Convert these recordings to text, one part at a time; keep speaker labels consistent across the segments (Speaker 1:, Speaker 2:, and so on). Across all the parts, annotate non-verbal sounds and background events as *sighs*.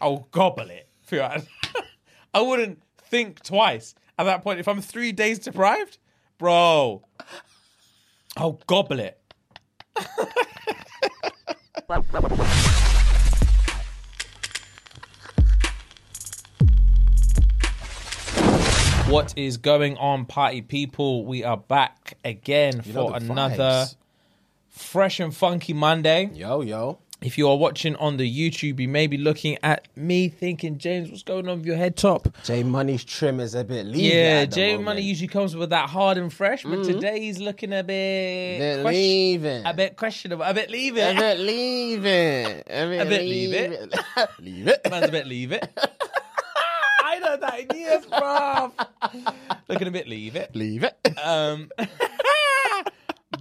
Speaker 1: I'll gobble it. Fuad. *laughs* I wouldn't think twice at that point. If I'm three days deprived, bro, I'll gobble it. What is going on, party people? We are back again
Speaker 2: know
Speaker 1: for
Speaker 2: the
Speaker 1: another
Speaker 2: vibes.
Speaker 1: fresh and funky Monday.
Speaker 2: Yo, yo.
Speaker 1: If you are watching on the YouTube, you may be looking at me thinking, James, what's going on with your head top?
Speaker 2: J Money's trim is a bit lean.
Speaker 1: Yeah, J Money usually comes with that hard and fresh, but today he's looking a bit,
Speaker 2: Mm-hmm. Bit
Speaker 1: question-
Speaker 2: leaving.
Speaker 1: a bit questionable, a bit leave
Speaker 2: A
Speaker 1: it.
Speaker 2: bit leaving. A bit,
Speaker 1: *laughs* A bit leave
Speaker 2: leaving. leave it. *laughs*
Speaker 1: Man's a bit leave it. *laughs* I know that in years, bruv. looking a bit leave it.
Speaker 2: Leave it.
Speaker 1: Um,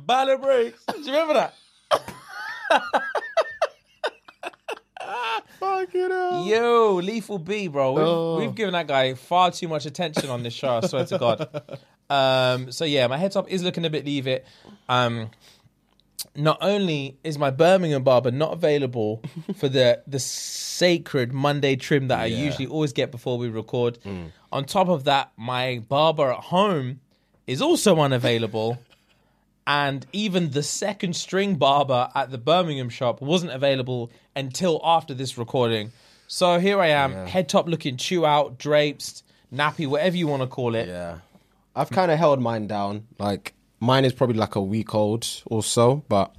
Speaker 1: Ballot breaks. Do you remember that?
Speaker 2: Fuck it up.
Speaker 1: Yo, Lethal B, bro. We've,
Speaker 2: Oh.
Speaker 1: we've given that guy far too much attention on this show, I swear to
Speaker 2: *laughs*
Speaker 1: God. Um, so, yeah, my head top is looking a bit leave it. Um, not only is my Birmingham barber not
Speaker 2: *laughs*
Speaker 1: available for the the sacred Monday trim that I
Speaker 2: Yeah. Hmm.
Speaker 1: usually always get before we record, on top of that, my barber at home is also unavailable. and even the second string barber at the Birmingham shop wasn't available until after this recording. So here I am, head top looking chew out, drapes, nappy, whatever you want to call it.
Speaker 2: Yeah. I've kind of held mine down. Like, mine is probably like a week old or so, but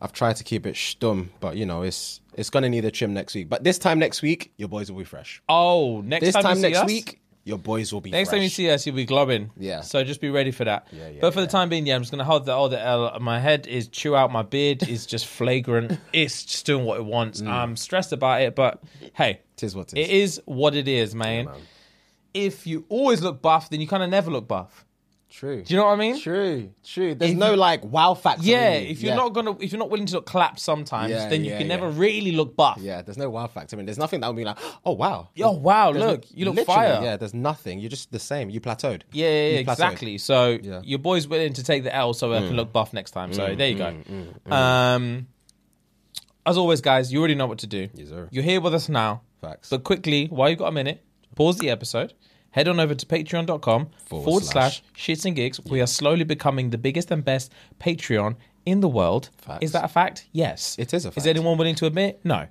Speaker 2: I've tried to keep it stum. But, you know, it's it's going to need a trim next week. But this time next week, your boys will be fresh.
Speaker 1: Oh, next
Speaker 2: This
Speaker 1: time, you
Speaker 2: time,
Speaker 1: see
Speaker 2: next
Speaker 1: us-
Speaker 2: week, your boys will be
Speaker 1: Next
Speaker 2: fresh.
Speaker 1: time you see us, you'll be glowing.
Speaker 2: Yeah.
Speaker 1: So just be ready for that. but for the time being, yeah, I'm just gonna hold the all the L. My head is chew out. My beard is
Speaker 2: *laughs*
Speaker 1: just flagrant. It's just doing what it wants.
Speaker 2: Mm.
Speaker 1: I'm stressed about it, but hey,
Speaker 2: Tis what tis.
Speaker 1: it is what it is, man. If you always look buff, then you kind of never look buff.
Speaker 2: True.
Speaker 1: Do you know what I mean?
Speaker 2: True, true. There's no like wow factor.
Speaker 1: Yeah.
Speaker 2: really.
Speaker 1: If you're
Speaker 2: Yeah.
Speaker 1: not gonna, if you're not willing to look clapped sometimes,
Speaker 2: Yeah,
Speaker 1: then you
Speaker 2: yeah,
Speaker 1: can
Speaker 2: yeah.
Speaker 1: never really look buff.
Speaker 2: Yeah, there's no wow factor. I mean, there's nothing that would be like, oh wow.
Speaker 1: Yo, wow!
Speaker 2: There's no-
Speaker 1: Look, you look
Speaker 2: literally,
Speaker 1: fire.
Speaker 2: Yeah, there's nothing. You're just the same. You plateaued.
Speaker 1: Yeah, yeah, yeah
Speaker 2: You plateaued.
Speaker 1: exactly. So
Speaker 2: Yeah. Mm.
Speaker 1: your boy's willing to take the L so I can look buff next time. So there you go. um, as always, guys, you already know what to do.
Speaker 2: sir.
Speaker 1: You're here with us now.
Speaker 2: Facts.
Speaker 1: But quickly, while you've got a minute, pause the episode. Head on over to patreon.com forward,
Speaker 2: Forward
Speaker 1: slash. shits and gigs. We are slowly becoming the biggest and best Patreon in the world.
Speaker 2: Facts.
Speaker 1: Is that a fact? Yes.
Speaker 2: It is a
Speaker 1: Is
Speaker 2: fact.
Speaker 1: anyone willing to admit?
Speaker 2: *laughs*
Speaker 1: No.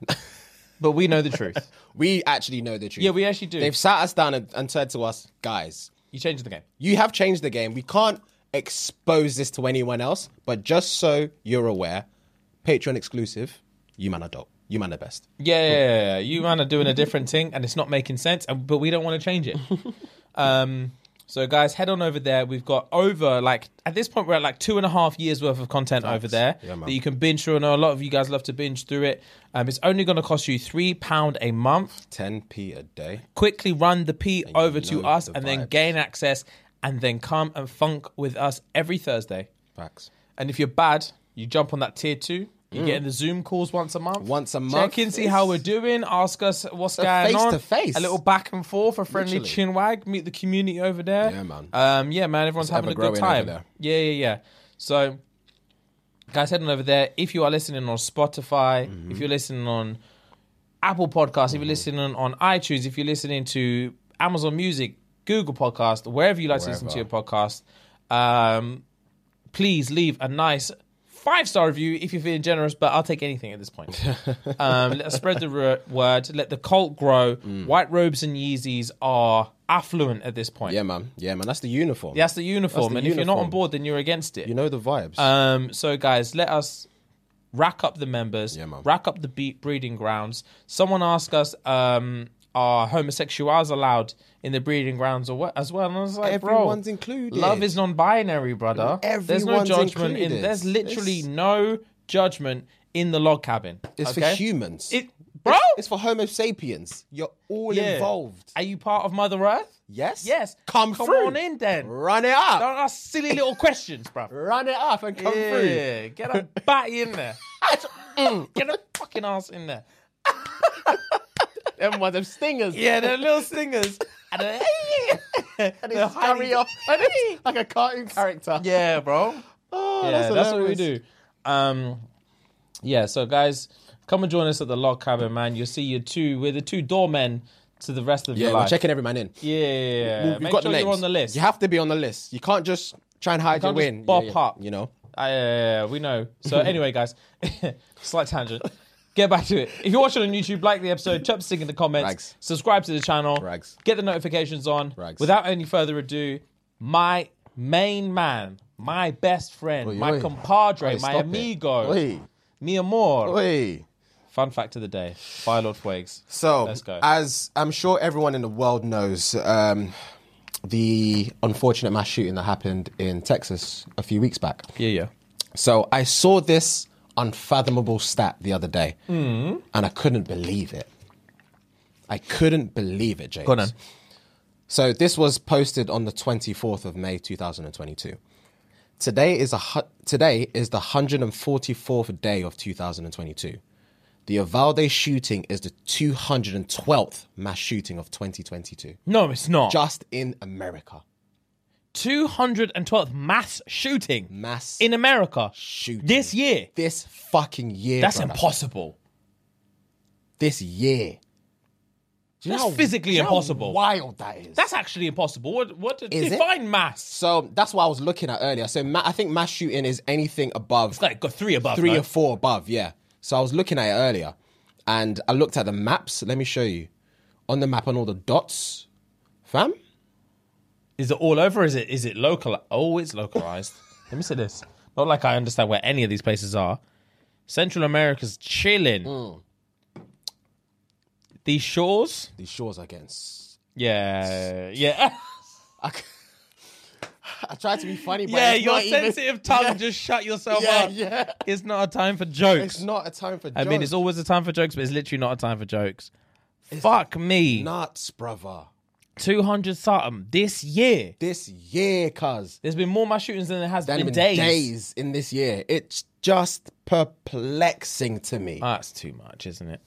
Speaker 1: but we know the truth.
Speaker 2: We actually know the truth.
Speaker 1: Yeah, we actually do.
Speaker 2: They've sat us down and, and said to us, guys,
Speaker 1: You changed the game.
Speaker 2: you have changed the game. We can't expose this to anyone else, but just so you're aware, Patreon exclusive, you man are dope. You man are best.
Speaker 1: Yeah, yeah, yeah, yeah. you man are doing a different thing, and it's not making sense. And but we don't want to change
Speaker 2: *laughs*
Speaker 1: it. um, so guys, head on over there. We've got over like at this point we're at like two and a half years worth of content over there
Speaker 2: Yeah, man.
Speaker 1: that you can binge through. I know a lot of you guys love to binge through it. Um, it's only going to cost you three pound a month.
Speaker 2: 10p a day.
Speaker 1: Quickly run the P over to
Speaker 2: know
Speaker 1: us,
Speaker 2: the
Speaker 1: and then
Speaker 2: vibes.
Speaker 1: gain access, and then come and funk with us every Thursday.
Speaker 2: Facts.
Speaker 1: And if you're bad, you jump on that tier two. You get in the Zoom calls once a month.
Speaker 2: Mm. Once a
Speaker 1: Check
Speaker 2: month.
Speaker 1: in, see how we're doing. Ask us what's
Speaker 2: a
Speaker 1: going on.
Speaker 2: face-to-face.
Speaker 1: A little back and forth, a friendly
Speaker 2: Literally.
Speaker 1: chin wag. Meet the community over there.
Speaker 2: Yeah, man.
Speaker 1: Um, yeah, man. Everyone's having a good
Speaker 2: ever-growing
Speaker 1: time.
Speaker 2: over there.
Speaker 1: Yeah, yeah, yeah. So, guys, heading over there. If you are listening on Spotify,
Speaker 2: Mm-hmm.
Speaker 1: if you're listening on Apple Podcasts, if you're listening on, on iTunes, if you're listening to Amazon Music, Google Podcast, wherever you like to listen to your podcast, um, please leave a nice five star review if you're feeling generous. But I'll take anything at this point.
Speaker 2: *laughs*
Speaker 1: um, let us spread the ru- word. Let the cult grow.
Speaker 2: Mm.
Speaker 1: White robes and Yeezys are affluent at this point.
Speaker 2: Yeah, man. Yeah, man. That's the uniform.
Speaker 1: That's the uniform,
Speaker 2: the
Speaker 1: and if you're not on
Speaker 2: uniform.
Speaker 1: board, then you're against it.
Speaker 2: You know the vibes.
Speaker 1: Um, so guys, let us rack up the members,
Speaker 2: Yeah, man.
Speaker 1: rack up the be- breeding grounds. Someone asked us, um, are homosexuals allowed in the breeding grounds or what as well? And I was like,
Speaker 2: Everyone's
Speaker 1: bro,
Speaker 2: included.
Speaker 1: Love is non-binary, brother. There's no
Speaker 2: Everyone's
Speaker 1: judgment in.
Speaker 2: included.
Speaker 1: There's literally
Speaker 2: It's-
Speaker 1: no judgment in the log cabin.
Speaker 2: It's
Speaker 1: okay?
Speaker 2: for humans.
Speaker 1: It, bro,
Speaker 2: It's for Homo sapiens. You're all
Speaker 1: Yeah.
Speaker 2: involved.
Speaker 1: are you part of Mother Earth?
Speaker 2: Yes?
Speaker 1: Yes.
Speaker 2: Come,
Speaker 1: Come
Speaker 2: through.
Speaker 1: on in then.
Speaker 2: Run it up.
Speaker 1: Don't ask silly little questions, bruv.
Speaker 2: Run it up and come through. mm,
Speaker 1: Yeah, get a batty in there.
Speaker 2: *laughs*
Speaker 1: get a fucking ass in there.
Speaker 2: Them ones, them stingers.
Speaker 1: Yeah, they're little
Speaker 2: *laughs*
Speaker 1: singers. And they're,
Speaker 2: And they scurry off *laughs*
Speaker 1: *laughs*
Speaker 2: like a cartoon character.
Speaker 1: Yeah, bro.
Speaker 2: Oh,
Speaker 1: yeah, that's, what we
Speaker 2: hilarious.
Speaker 1: do. Um, yeah, so guys, come and join us at the log cabin, man. You'll see your two. We're the two doormen to the rest of
Speaker 2: Yeah,
Speaker 1: your
Speaker 2: we're
Speaker 1: life.
Speaker 2: checking every man in.
Speaker 1: yeah, yeah, yeah.
Speaker 2: We've
Speaker 1: Make
Speaker 2: got
Speaker 1: sure
Speaker 2: the names.
Speaker 1: you're on the list.
Speaker 2: You have to be on the list. You can't just try and hide your
Speaker 1: can't
Speaker 2: way
Speaker 1: just
Speaker 2: in.
Speaker 1: bop
Speaker 2: yeah, yeah,
Speaker 1: up.
Speaker 2: You know?
Speaker 1: Ah, yeah, yeah, yeah, we know.
Speaker 2: *laughs*
Speaker 1: So anyway, guys, *laughs* slight tangent. Get back to it. If you're watching on YouTube, like the episode, chop stick in the comments,
Speaker 2: Rags.
Speaker 1: subscribe to the channel,
Speaker 2: Rags.
Speaker 1: get the notifications on.
Speaker 2: Rags.
Speaker 1: Without any further ado, my main man, my best friend,
Speaker 2: Oi,
Speaker 1: my
Speaker 2: oi.
Speaker 1: compadre,
Speaker 2: Oi,
Speaker 1: my
Speaker 2: stop it.
Speaker 1: amigo,
Speaker 2: Oi.
Speaker 1: mi amor.
Speaker 2: Oi.
Speaker 1: Fun fact of the day by Lord Fuegs.
Speaker 2: So,
Speaker 1: Let's go.
Speaker 2: as I'm sure everyone in the world knows, um, the unfortunate mass shooting that happened in Texas a few weeks back.
Speaker 1: Yeah, yeah.
Speaker 2: So, I saw this unfathomable stat the other day, and I couldn't believe it. I couldn't believe it, James.
Speaker 1: Go on then.
Speaker 2: So, this was posted on the 24th of May, 2022. Today is a hu- today is the 144th day of 2022. The Uvalde shooting is the 212th mass shooting of 2022,
Speaker 1: No, it's not.
Speaker 2: just in America.
Speaker 1: 212th mass shooting
Speaker 2: Mass
Speaker 1: in America
Speaker 2: shooting.
Speaker 1: this year.
Speaker 2: This fucking year.
Speaker 1: That's
Speaker 2: brother.
Speaker 1: impossible.
Speaker 2: This year. Do
Speaker 1: That's
Speaker 2: how-
Speaker 1: physically
Speaker 2: do you know how
Speaker 1: impossible.
Speaker 2: wild that is.
Speaker 1: That's actually impossible. What? What?
Speaker 2: Is it?
Speaker 1: define mass.
Speaker 2: so that's what I was looking at earlier. So ma- I think mass shooting is anything above
Speaker 1: It's like got three above.
Speaker 2: three
Speaker 1: no?
Speaker 2: or four above, yeah. So I was looking at it earlier and I looked at the maps. Let me show you. On the map on all the dots, fam.
Speaker 1: Is it all over? Is it? Is it local? Oh, it's localized. Let me see this. Not like I understand where any of these places are. Central America's chilling.
Speaker 2: Hmm.
Speaker 1: These shores.
Speaker 2: These shores are getting. s-
Speaker 1: Yeah. Yeah. *laughs*
Speaker 2: I, c- *laughs* I tried to be funny, but
Speaker 1: yeah.
Speaker 2: it's
Speaker 1: Your
Speaker 2: not even-
Speaker 1: sensitive tongue just shut yourself
Speaker 2: *laughs* Yeah,
Speaker 1: up.
Speaker 2: yeah.
Speaker 1: It's not a time for jokes.
Speaker 2: It's not a time for.
Speaker 1: I mean, it's always a time for jokes, but it's literally not a time for jokes. Fuck me.
Speaker 2: nuts, brother.
Speaker 1: 200 something this year.
Speaker 2: This year, cuz
Speaker 1: There's been more mass shootings than there has
Speaker 2: than
Speaker 1: been
Speaker 2: in
Speaker 1: days.
Speaker 2: days in this year. It's just perplexing to me.
Speaker 1: Ah, That's too much, isn't it?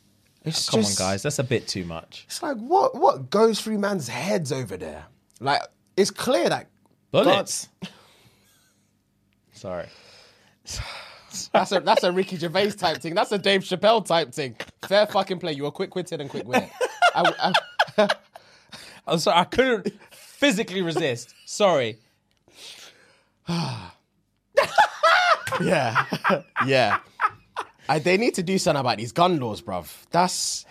Speaker 2: It's
Speaker 1: Uh, Come
Speaker 2: just-
Speaker 1: on, guys. That's a bit too much.
Speaker 2: It's like what what goes through man's heads over there? Like it's clear that *laughs*
Speaker 1: Bullets. Sorry.
Speaker 2: That's a that's a Ricky Gervais type thing. That's a Dave Chappelle type thing. Fair fucking play. You were quick witted and quick witted. I,
Speaker 1: I'm Oh, sorry. I couldn't physically resist. Sorry.
Speaker 2: I, yeah, *laughs* yeah. I, they need to do something about these gun laws, bruv. That's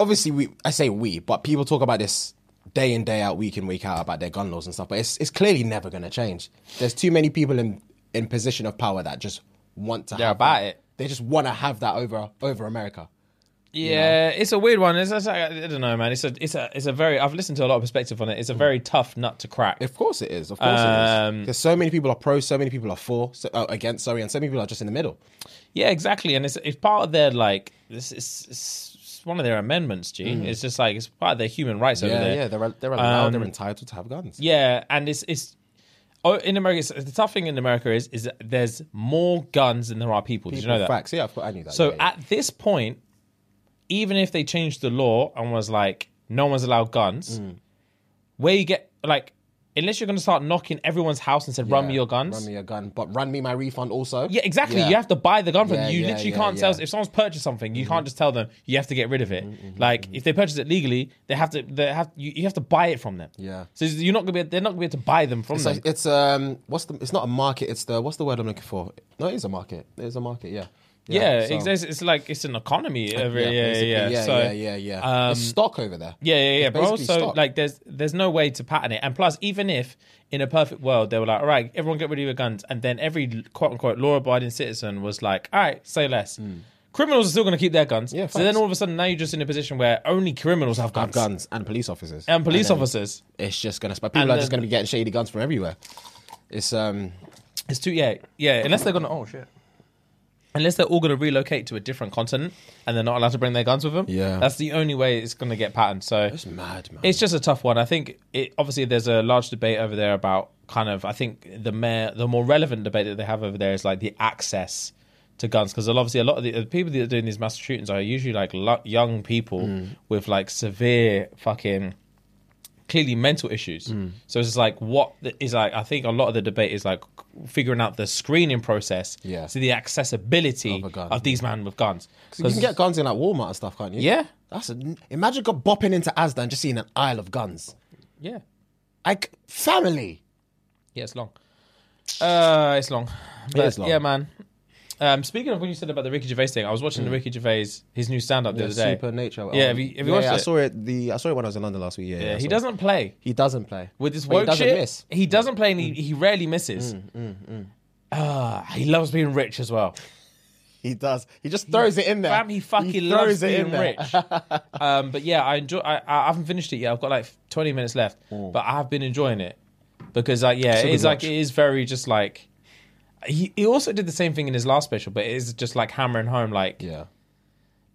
Speaker 2: obviously we. I say we, but people talk about this day in day out, week in week out about their gun laws and stuff. But it's it's clearly never going to change. There's too many people in in position of power that just want to.
Speaker 1: They're
Speaker 2: have
Speaker 1: about
Speaker 2: that.
Speaker 1: it.
Speaker 2: They just want to have that over over America.
Speaker 1: Yeah, it's a weird one. It's, it's like, I don't know, man. It's a, it's a, it's a very. I've listened to a lot of perspective on it. It's a very tough nut to crack.
Speaker 2: Of course it is. Of course it is.
Speaker 1: Um,
Speaker 2: Because so many people are pro, so many people are for, so, uh, against. Sorry, and so many people are just in the middle.
Speaker 1: Yeah, exactly, and it's it's part of their like this is it's, it's one of their amendments, Gene. It's just like it's part of their human rights over there.
Speaker 2: Mm.
Speaker 1: Um,
Speaker 2: yeah. They're they're allowed. they're entitled to have guns.
Speaker 1: Yeah, and it's it's oh, in America. It's, the tough thing in America is is that there's more guns than there are people. Did you know that?
Speaker 2: Facts. Yeah, of course, I knew that.
Speaker 1: So
Speaker 2: yeah, yeah.
Speaker 1: at this point, even if they changed the law and was like, no one's allowed guns,
Speaker 2: Mm.
Speaker 1: where you get like, unless you're going to start knocking everyone's house and said, run
Speaker 2: Yeah,
Speaker 1: me your guns.
Speaker 2: Run me your gun, but run me my refund also.
Speaker 1: Yeah, exactly. You have to buy the gun from
Speaker 2: Yeah,
Speaker 1: them. You
Speaker 2: yeah,
Speaker 1: literally
Speaker 2: yeah,
Speaker 1: can't tell
Speaker 2: yeah. Mm-hmm.
Speaker 1: if someone's purchased something. You can't just tell them you have to get rid of it. Like if they purchase it legally, they have to. They have you, you have to buy it from them.
Speaker 2: Yeah.
Speaker 1: So you're not gonna be. They're not gonna be able to buy them from
Speaker 2: It's,
Speaker 1: them.
Speaker 2: like, it's um, what's the? It's not a market. It's the what's the word I'm looking for? No, it is a market. It is a market. Yeah.
Speaker 1: yeah,
Speaker 2: so-
Speaker 1: it's, it's like it's an economy. Over, yeah, yeah,
Speaker 2: basically,
Speaker 1: yeah,
Speaker 2: yeah,
Speaker 1: So, um,
Speaker 2: yeah, yeah, yeah. It's stock over there.
Speaker 1: Yeah, yeah, yeah,
Speaker 2: It's
Speaker 1: bro.
Speaker 2: basically
Speaker 1: So
Speaker 2: stock.
Speaker 1: like, there's there's no way to pattern it. And plus, even if in a perfect world they were like, all right, everyone get rid of your guns, and then every quote unquote law-abiding citizen was like, all right, say less. Criminals are still going to keep their guns.
Speaker 2: Hmm. Yeah,
Speaker 1: so then
Speaker 2: facts.
Speaker 1: all of a sudden now you're just in a position where only criminals have guns,
Speaker 2: Have guns and police officers
Speaker 1: and police
Speaker 2: then
Speaker 1: officers.
Speaker 2: It's just gonna. People are
Speaker 1: And
Speaker 2: just
Speaker 1: then-
Speaker 2: gonna be getting shady guns from everywhere. It's um.
Speaker 1: It's too yeah yeah. Unless they're going to oh shit. unless they're all going to relocate to a different continent and they're not allowed to bring their guns with them.
Speaker 2: Yeah.
Speaker 1: that's the only way it's going to get patterned. So
Speaker 2: It's mad, man.
Speaker 1: it's just a tough one. I think it, obviously there's a large debate over there about kind of. I think the mayor, the more relevant debate that they have over there is like the access to guns because obviously a lot of the, the people that are doing these mass shootings are usually like lo- young people
Speaker 2: Mm.
Speaker 1: with like severe fucking clearly mental issues.
Speaker 2: Mm.
Speaker 1: So it's just like what the- is like. I think a lot of the debate is like figuring out the screening process
Speaker 2: Yeah.
Speaker 1: to the accessibility
Speaker 2: Of a
Speaker 1: of,
Speaker 2: gun.
Speaker 1: these men with guns.
Speaker 2: you can get guns in like Walmart and stuff, can't you?
Speaker 1: Yeah.
Speaker 2: That's a, imagine go bopping into Asda and just seeing an aisle of guns.
Speaker 1: yeah,
Speaker 2: Like family.
Speaker 1: Yeah, it's long. Uh, it's long. But,
Speaker 2: is long.
Speaker 1: Yeah, man. Um, speaking of when you said about the Ricky Gervais thing, I was watching the
Speaker 2: Mm.
Speaker 1: Ricky Gervais his new stand up the other day.
Speaker 2: Supernature.
Speaker 1: Yeah, have you- have you watched
Speaker 2: Oh, I
Speaker 1: it?
Speaker 2: saw it. The I saw it when I was in London last week. Yeah, yeah,
Speaker 1: Yeah,
Speaker 2: I
Speaker 1: he
Speaker 2: saw it.
Speaker 1: doesn't play
Speaker 2: He doesn't play
Speaker 1: with this
Speaker 2: But
Speaker 1: woke
Speaker 2: He doesn't
Speaker 1: shit.
Speaker 2: miss. Mm.
Speaker 1: He doesn't play, and he, he rarely misses. Ah, he loves being rich as well.
Speaker 2: He does. He just throws it in there.
Speaker 1: Fam, he fucking
Speaker 2: throws
Speaker 1: loves
Speaker 2: it
Speaker 1: being
Speaker 2: in there.
Speaker 1: rich. um, but yeah, I enjoy. I, I haven't finished it yet. I've got like 20 minutes left, but I have been enjoying it because, like, yeah,
Speaker 2: Mm. a
Speaker 1: it
Speaker 2: good
Speaker 1: is like
Speaker 2: watch.
Speaker 1: it is very just like. He, he also did the same thing in his last special, but it is just like hammering home, like
Speaker 2: Yeah.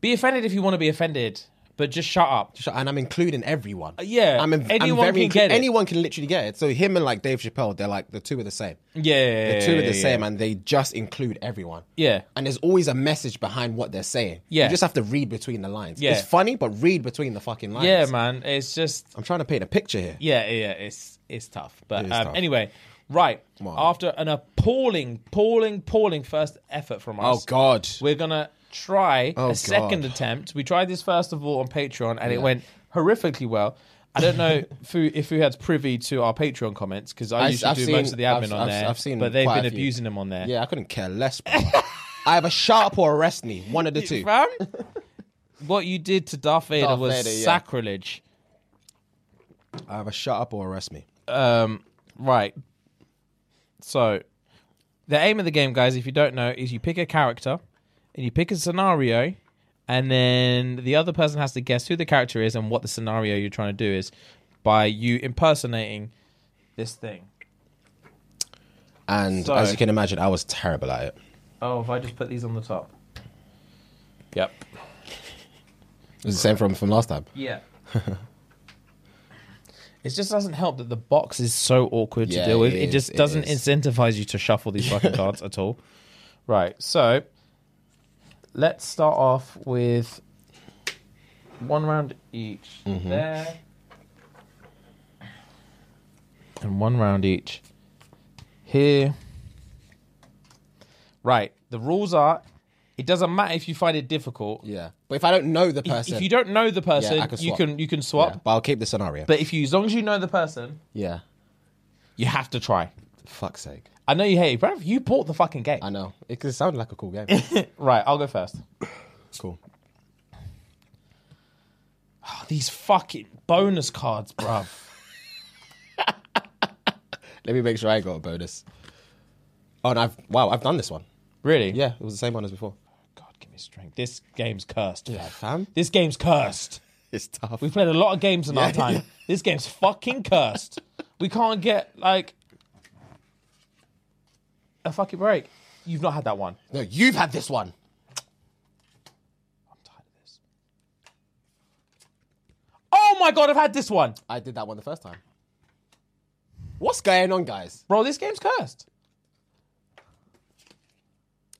Speaker 1: be offended if you want to be offended, but just shut up.
Speaker 2: Sh- And I'm including everyone.
Speaker 1: Uh, yeah,
Speaker 2: I'm, in- I'm
Speaker 1: anyone
Speaker 2: very
Speaker 1: can get it.
Speaker 2: Anyone can literally get it. So him and like Dave Chappelle, they're like the two are the same.
Speaker 1: Yeah,
Speaker 2: The two are
Speaker 1: yeah,
Speaker 2: the same, and they just include everyone.
Speaker 1: Yeah.
Speaker 2: And there's always a message behind what they're saying.
Speaker 1: Yeah.
Speaker 2: You just have to read between the lines.
Speaker 1: Yeah.
Speaker 2: It's funny, but read between the fucking lines.
Speaker 1: Yeah, man, it's just
Speaker 2: I'm trying to paint a picture here.
Speaker 1: Yeah, yeah, it's it's tough. But
Speaker 2: is
Speaker 1: um,
Speaker 2: tough.
Speaker 1: anyway, right
Speaker 2: on.
Speaker 1: after an appalling, appalling, appalling first effort from us,
Speaker 2: Oh God.
Speaker 1: we're gonna try
Speaker 2: Oh,
Speaker 1: a second
Speaker 2: God.
Speaker 1: attempt. We tried this first of all on Patreon, and it went horrifically well. I don't know *laughs* Fu- if we had privy to our Patreon comments because I
Speaker 2: I-
Speaker 1: usually
Speaker 2: I've
Speaker 1: do
Speaker 2: seen-
Speaker 1: most of the admin
Speaker 2: I've-
Speaker 1: on
Speaker 2: I've-
Speaker 1: there,
Speaker 2: I've seen
Speaker 1: but they've
Speaker 2: quite a
Speaker 1: been
Speaker 2: few.
Speaker 1: abusing them on there.
Speaker 2: Yeah, I couldn't care less. bro. I have a shut up or arrest me. One of the two.
Speaker 1: Fam, what you did to Darth Vader
Speaker 2: Darth
Speaker 1: was
Speaker 2: Vader, yeah.
Speaker 1: sacrilege.
Speaker 2: I have a shut up or arrest me.
Speaker 1: Um, right. So, the aim of the game, guys, if you don't know, is you pick a character and you pick a scenario, and then the other person has to guess who the character is and what the scenario you're trying to do is by you impersonating this thing.
Speaker 2: And
Speaker 1: So-
Speaker 2: as you can imagine, I was terrible at it.
Speaker 1: Oh, if I just put these on the top. Yep.
Speaker 2: It was the same from from last time.
Speaker 1: Yeah. *laughs* It just doesn't help that the box is so awkward
Speaker 2: Yeah,
Speaker 1: to deal with.
Speaker 2: it
Speaker 1: It,
Speaker 2: is,
Speaker 1: just
Speaker 2: it
Speaker 1: doesn't
Speaker 2: is.
Speaker 1: incentivize you to shuffle these
Speaker 2: *laughs*
Speaker 1: fucking cards at all. Right, so let's start off with one round each
Speaker 2: Mm-hmm.
Speaker 1: there. And one round each here. Right, the rules are it doesn't matter if you find it difficult.
Speaker 2: Yeah. But if I don't know the
Speaker 1: If-
Speaker 2: person,
Speaker 1: If you don't know the person,
Speaker 2: I can
Speaker 1: you
Speaker 2: swap.
Speaker 1: can you can swap.
Speaker 2: but I'll keep the scenario.
Speaker 1: But if you, as long as you know the person,
Speaker 2: yeah.
Speaker 1: you have to try.
Speaker 2: Fuck's sake.
Speaker 1: I know you hate it, bruv. You bought the fucking game.
Speaker 2: I know. It could sound like
Speaker 1: *laughs*
Speaker 2: a cool game.
Speaker 1: Right, I'll go first.
Speaker 2: cool.
Speaker 1: Oh, these fucking bonus cards,
Speaker 2: *sighs*
Speaker 1: bruv.
Speaker 2: Let me make sure I got a bonus. Oh, and I've wow, I've done this one.
Speaker 1: really?
Speaker 2: Yeah, it was the same one as before.
Speaker 1: God, give me strength. This game's cursed. bruv.
Speaker 2: fam,
Speaker 1: This game's cursed.
Speaker 2: it's tough.
Speaker 1: We've played a lot of games
Speaker 2: *laughs*
Speaker 1: in our time. This game's fucking cursed. We can't get like a fucking break. You've not had that one.
Speaker 2: No, you've had this one.
Speaker 1: I'm tired of this. Oh my god, I've had this one,
Speaker 2: I did that one the first time. What's going on, guys?
Speaker 1: bro. This game's cursed.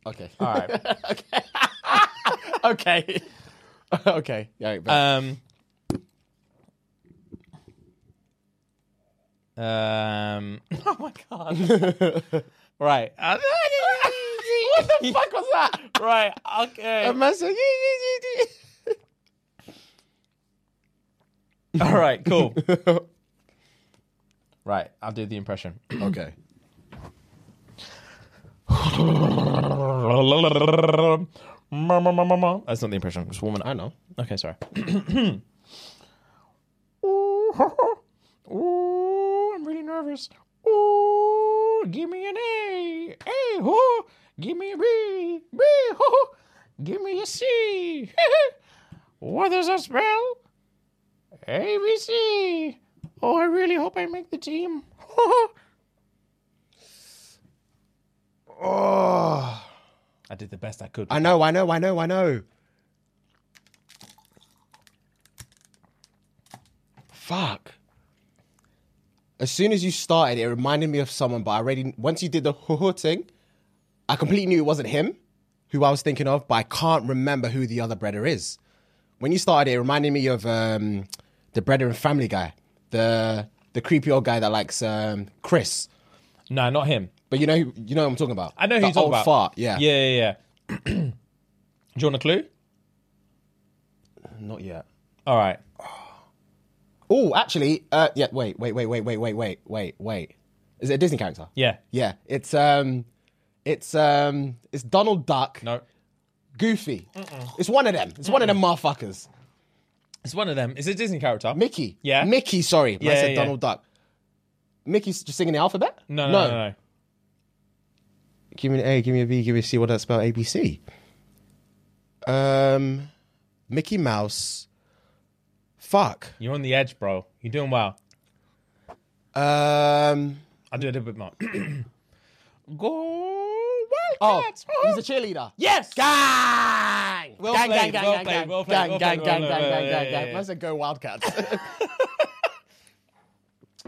Speaker 2: Okay.
Speaker 1: All *laughs* right. *laughs*
Speaker 2: okay. okay. Yeah, right, *laughs* but-
Speaker 1: Um. Um. *laughs* Oh my god. *laughs* right. Uh, what the fuck was that? Right. Okay. All right. Cool. *laughs* Right. I'll do the impression.
Speaker 2: okay.
Speaker 1: That's not the impression. It's a woman.
Speaker 2: I know.
Speaker 1: Okay. *coughs* Sorry. Ooh, I'm really nervous. Ooh, give me an A. A, ho. Give me a B. B, ho. Give me a C. *laughs* what does that spell? A, B, C. Oh, I really hope I make the team. *laughs*
Speaker 2: Oh,
Speaker 1: I did the best I could.
Speaker 2: I know, I know, I know, I know. Fuck. As soon as you started, it reminded me of someone, but I already once you did the *laughs* hoo hoo thing, I completely knew it wasn't him who I was thinking of, but I can't remember who the other brother is. When you started, it reminded me of um, the brother and family guy, the the creepy old guy that likes um, Chris.
Speaker 1: no, not him.
Speaker 2: But you know, who- you know what I'm talking about.
Speaker 1: I know who
Speaker 2: the
Speaker 1: you're talking
Speaker 2: old
Speaker 1: about.
Speaker 2: Fart, yeah.
Speaker 1: Yeah, yeah, yeah. *clears throat* Do you want a clue?
Speaker 2: Not yet.
Speaker 1: All right.
Speaker 2: Oh, actually, uh, yeah. Wait, wait, wait, wait, wait, wait, wait, wait, wait. Is it a Disney character?
Speaker 1: Yeah.
Speaker 2: Yeah. It's um, it's um, it's Donald Duck.
Speaker 1: No.
Speaker 2: Goofy. It's one of them. It's one of them motherfuckers.
Speaker 1: It's one of them. It's a Disney character.
Speaker 2: Mickey.
Speaker 1: Yeah.
Speaker 2: Mickey. Sorry, I
Speaker 1: Yeah,
Speaker 2: said
Speaker 1: yeah, yeah.
Speaker 2: Donald Duck. Mickey's just singing the alphabet.
Speaker 1: no, no, no, no, no.
Speaker 2: Give me an A. Give me a B. Give me a C. What does that spell? A B C. Um, Mickey Mouse. Fuck.
Speaker 1: You're on the edge, bro. You're doing well.
Speaker 2: Um.
Speaker 1: I'll do a little bit more. *clears throat* Go
Speaker 2: Oh,
Speaker 1: Wildcats!
Speaker 2: he's a cheerleader.
Speaker 1: *laughs* yes!
Speaker 2: Gang! Well
Speaker 1: Gang, gang,
Speaker 2: played,
Speaker 1: gang,
Speaker 2: well
Speaker 1: gang,
Speaker 2: played,
Speaker 1: gang.
Speaker 2: well played,
Speaker 1: Gang,
Speaker 2: well
Speaker 1: gang,
Speaker 2: played,
Speaker 1: gang,
Speaker 2: well
Speaker 1: gang,
Speaker 2: played,
Speaker 1: gang,
Speaker 2: yeah,
Speaker 1: gang,
Speaker 2: yeah,
Speaker 1: gang.
Speaker 2: yeah. Must have go *laughs* Wildcats.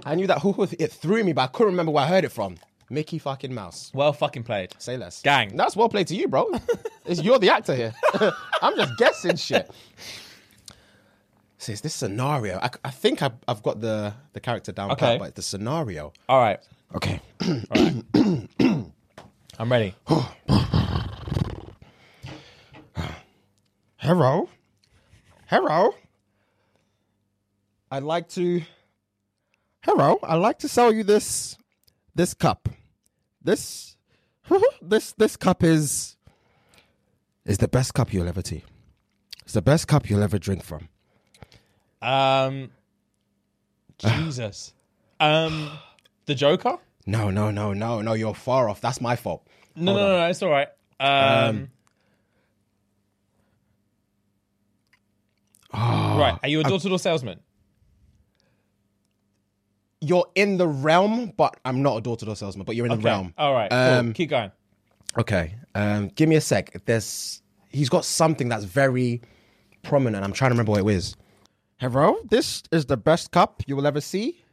Speaker 2: I knew that hoo hoo, it threw me, but I couldn't remember where I heard it from. Mickey fucking Mouse.
Speaker 1: Well fucking played.
Speaker 2: Say less.
Speaker 1: Gang.
Speaker 2: That's well played to you, *laughs* bro. it's, you're the actor here. *laughs* I'm just guessing shit. So it's this scenario. I, I think I, I've got the, the character down,
Speaker 1: Okay.
Speaker 2: pat, but it's the scenario.
Speaker 1: All right.
Speaker 2: Okay.
Speaker 1: I'm *gasps* ready.
Speaker 2: Hello. Hello. I'd like to Hello, I'd like to sell you this this cup. This *laughs* this this cup is is the best cup you'll ever tea. It's the best cup you'll ever drink from.
Speaker 1: Um, Jesus. Um, the Joker?
Speaker 2: No, no, no, no, no, you're far off. That's my fault.
Speaker 1: No, no, no, no, it's all right. Um, *sighs*
Speaker 2: Um,
Speaker 1: right. Are you
Speaker 2: Ah,
Speaker 1: a door-to-door salesman?
Speaker 2: You're in the realm, but I'm not a door-to-door salesman, but you're in the
Speaker 1: Okay.
Speaker 2: realm.
Speaker 1: All right. cool.
Speaker 2: Um,
Speaker 1: Keep going.
Speaker 2: Okay. Um, give me a sec. There's he's got something that's very prominent. I'm trying to remember what it was. Hello, this is the best cup you will ever see.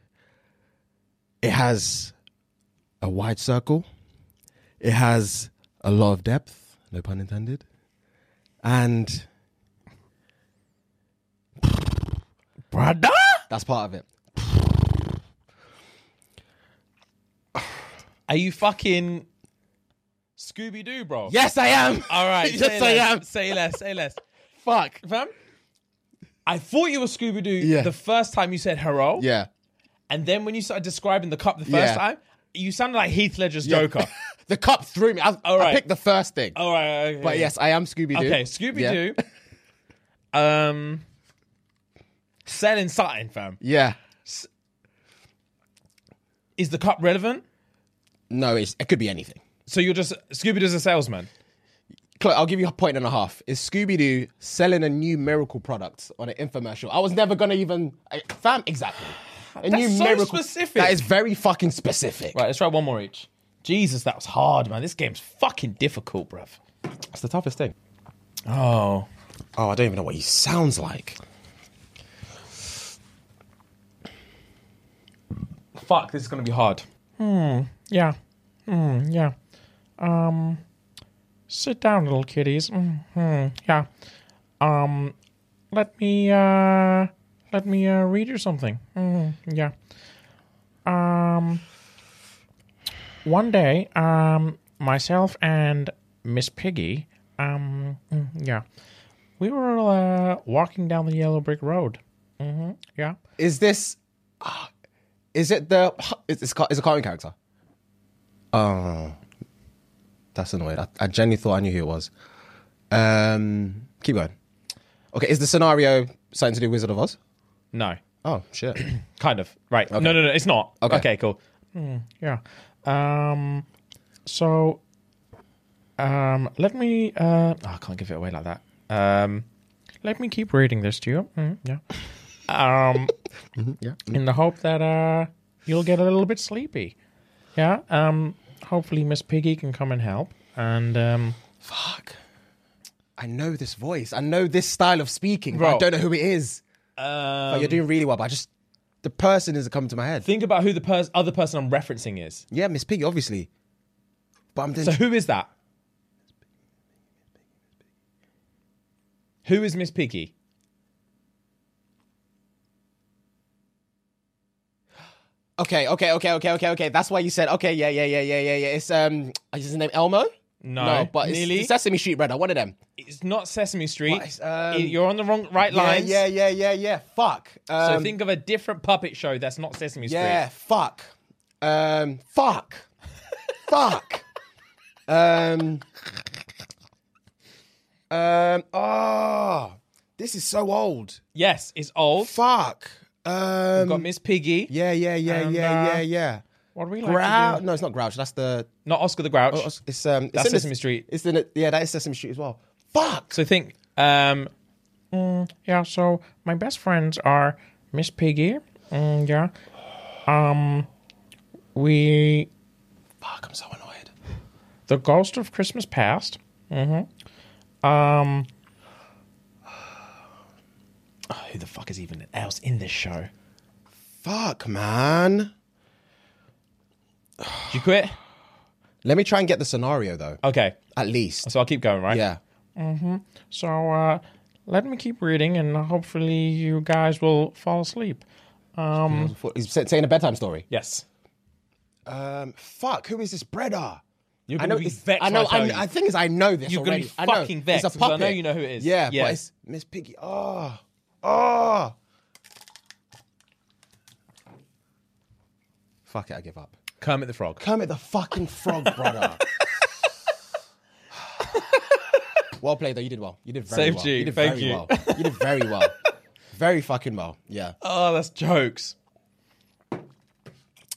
Speaker 2: It has a wide circle. It has a lot of depth, no pun intended. And
Speaker 1: Brother?
Speaker 2: that's part of it.
Speaker 1: Are you fucking Scooby-Doo, bro?
Speaker 2: Yes, I am.
Speaker 1: All right.
Speaker 2: *laughs* yes,
Speaker 1: say
Speaker 2: I
Speaker 1: less,
Speaker 2: am.
Speaker 1: Say less. Say less.
Speaker 2: Fuck.
Speaker 1: Fam? I thought you were Scooby Doo
Speaker 2: Yeah.
Speaker 1: the first time you said hello.
Speaker 2: Yeah.
Speaker 1: And then when you started describing the cup the first
Speaker 2: Yeah.
Speaker 1: time, you sounded like Heath Ledger's
Speaker 2: *laughs*
Speaker 1: Joker.
Speaker 2: the cup threw me. I, I
Speaker 1: right.
Speaker 2: picked the first thing.
Speaker 1: All right. Okay.
Speaker 2: But yes, I am Scooby Doo.
Speaker 1: Okay, Scooby Doo. Um, selling something, fam.
Speaker 2: Yeah.
Speaker 1: Is the cup relevant?
Speaker 2: No, it's, it could be anything.
Speaker 1: So you're just Scooby Doo's a salesman.
Speaker 2: Chloe, I'll give you a point and a half. Is Scooby Doo selling a new miracle product on an infomercial? I was never gonna even I, fam exactly. A new
Speaker 1: so
Speaker 2: miracle.
Speaker 1: specific.
Speaker 2: That is very fucking specific.
Speaker 1: Right. Let's try one more each. Jesus, that was hard, man. This game's fucking difficult, bruv.
Speaker 2: That's the toughest thing.
Speaker 1: Oh,
Speaker 2: Oh, I don't even know what he sounds like.
Speaker 1: fuck. This is gonna be hard. Hmm. Yeah. Hmm. Yeah. Um. Sit down, little kitties. Hmm. Yeah. Um. Let me. Uh. Let me uh, read you something. Hmm. Yeah. Um. One day, um, myself and Miss Piggy, um, mm, yeah, we were uh, walking down the yellow brick road. hmm Yeah.
Speaker 2: Is this? ah, is it the? Is this ca- is a cartoon character? Oh, that's annoying. I, I genuinely thought I knew who it was. Um, keep going. Okay, is the scenario something to do with Wizard of Oz?
Speaker 1: No.
Speaker 2: Oh
Speaker 1: *clears throat*
Speaker 2: shit.
Speaker 1: Kind of. Right. No, no, no. It's not. Okay.
Speaker 2: Okay.
Speaker 1: cool. Hmm, yeah. Um. So. Um. Let me. Uh. oh, I can't give it away like that. Um. Let me keep reading this to you. Mm, yeah. Um.
Speaker 2: *laughs* Mm-hmm, yeah.
Speaker 1: In the hope that uh you'll get a little bit sleepy. Yeah. Um. Hopefully, Miss Piggy can come and help. And um.
Speaker 2: Fuck. I know this voice. I know this style of speaking. But I
Speaker 1: Bro. Um,
Speaker 2: don't know who it is. But you're doing really well. But I just the person is coming to my head.
Speaker 1: Think about who the pers- other person I'm referencing is.
Speaker 2: yeah, Miss Piggy, obviously. But I'm then
Speaker 1: So who is that? Who is Miss Piggy?
Speaker 2: okay, okay, okay, okay, okay, okay. That's why you said okay. Yeah, yeah, yeah, yeah, yeah, yeah. It's um, is his name Elmo?
Speaker 1: No,
Speaker 2: but it's,
Speaker 1: nearly.
Speaker 2: it's Sesame Street Red. I wanted them.
Speaker 1: It's not Sesame Street.
Speaker 2: What is, um,
Speaker 1: You're on the wrong right lines.
Speaker 2: Yeah, yeah, yeah, yeah, yeah. Fuck. Um,
Speaker 1: So think of a different puppet show that's not Sesame Street.
Speaker 2: Yeah, fuck. Um, fuck. fuck. Um, um, oh, this is so old.
Speaker 1: Yes, it's old.
Speaker 2: Fuck. Um,
Speaker 1: Got Miss Piggy.
Speaker 2: yeah, yeah, yeah,
Speaker 1: And,
Speaker 2: yeah,
Speaker 1: uh,
Speaker 2: yeah, yeah.
Speaker 1: What do we like
Speaker 2: Grouch?
Speaker 1: to do?
Speaker 2: No, it's not Grouch. That's the.
Speaker 1: Not Oscar the Grouch.
Speaker 2: It's um. It's
Speaker 1: That's
Speaker 2: in the-
Speaker 1: Sesame Street.
Speaker 2: It's in it. Yeah, that is Sesame Street as well. Fuck.
Speaker 1: So think, um, mm, yeah. So my best friends are Miss Piggy. Mm, yeah. Um, we
Speaker 2: Fuck. I'm so annoyed.
Speaker 1: the Ghost of Christmas Past. Mm-hmm. Um, oh, who the fuck is even else in this show?
Speaker 2: Fuck, man.
Speaker 1: Did you quit?
Speaker 2: Let me try and get the scenario though.
Speaker 1: Okay,
Speaker 2: At least.
Speaker 1: so I'll keep going, right?
Speaker 2: Yeah.
Speaker 1: So uh, let me keep reading, and hopefully you guys will fall asleep. Um,
Speaker 2: He's saying a bedtime story.
Speaker 1: Yes.
Speaker 2: Um, fuck, who is this Breda?
Speaker 1: You're
Speaker 2: I
Speaker 1: gonna
Speaker 2: know.
Speaker 1: be
Speaker 2: it's-
Speaker 1: vexed
Speaker 2: I
Speaker 1: when
Speaker 2: know.
Speaker 1: I
Speaker 2: I,
Speaker 1: tell you.
Speaker 2: I think is I know this
Speaker 1: You're gonna
Speaker 2: already.
Speaker 1: be
Speaker 2: I know.
Speaker 1: fucking
Speaker 2: It's a
Speaker 1: vexed, 'cause I
Speaker 2: puppet.
Speaker 1: know you know who it is.
Speaker 2: Yeah,
Speaker 1: Yeah.
Speaker 2: but it's Miss Piggy. Oh, oh. Fuck it, I give up.
Speaker 1: Kermit the Frog.
Speaker 2: Kermit the fucking frog,
Speaker 1: *laughs*
Speaker 2: brother. well played, though. You did well. You did very
Speaker 1: Saved
Speaker 2: well.
Speaker 1: you.
Speaker 2: did
Speaker 1: Thank
Speaker 2: very
Speaker 1: you.
Speaker 2: well. You did very
Speaker 1: *laughs*
Speaker 2: well. very fucking well. Yeah.
Speaker 1: Oh, that's jokes.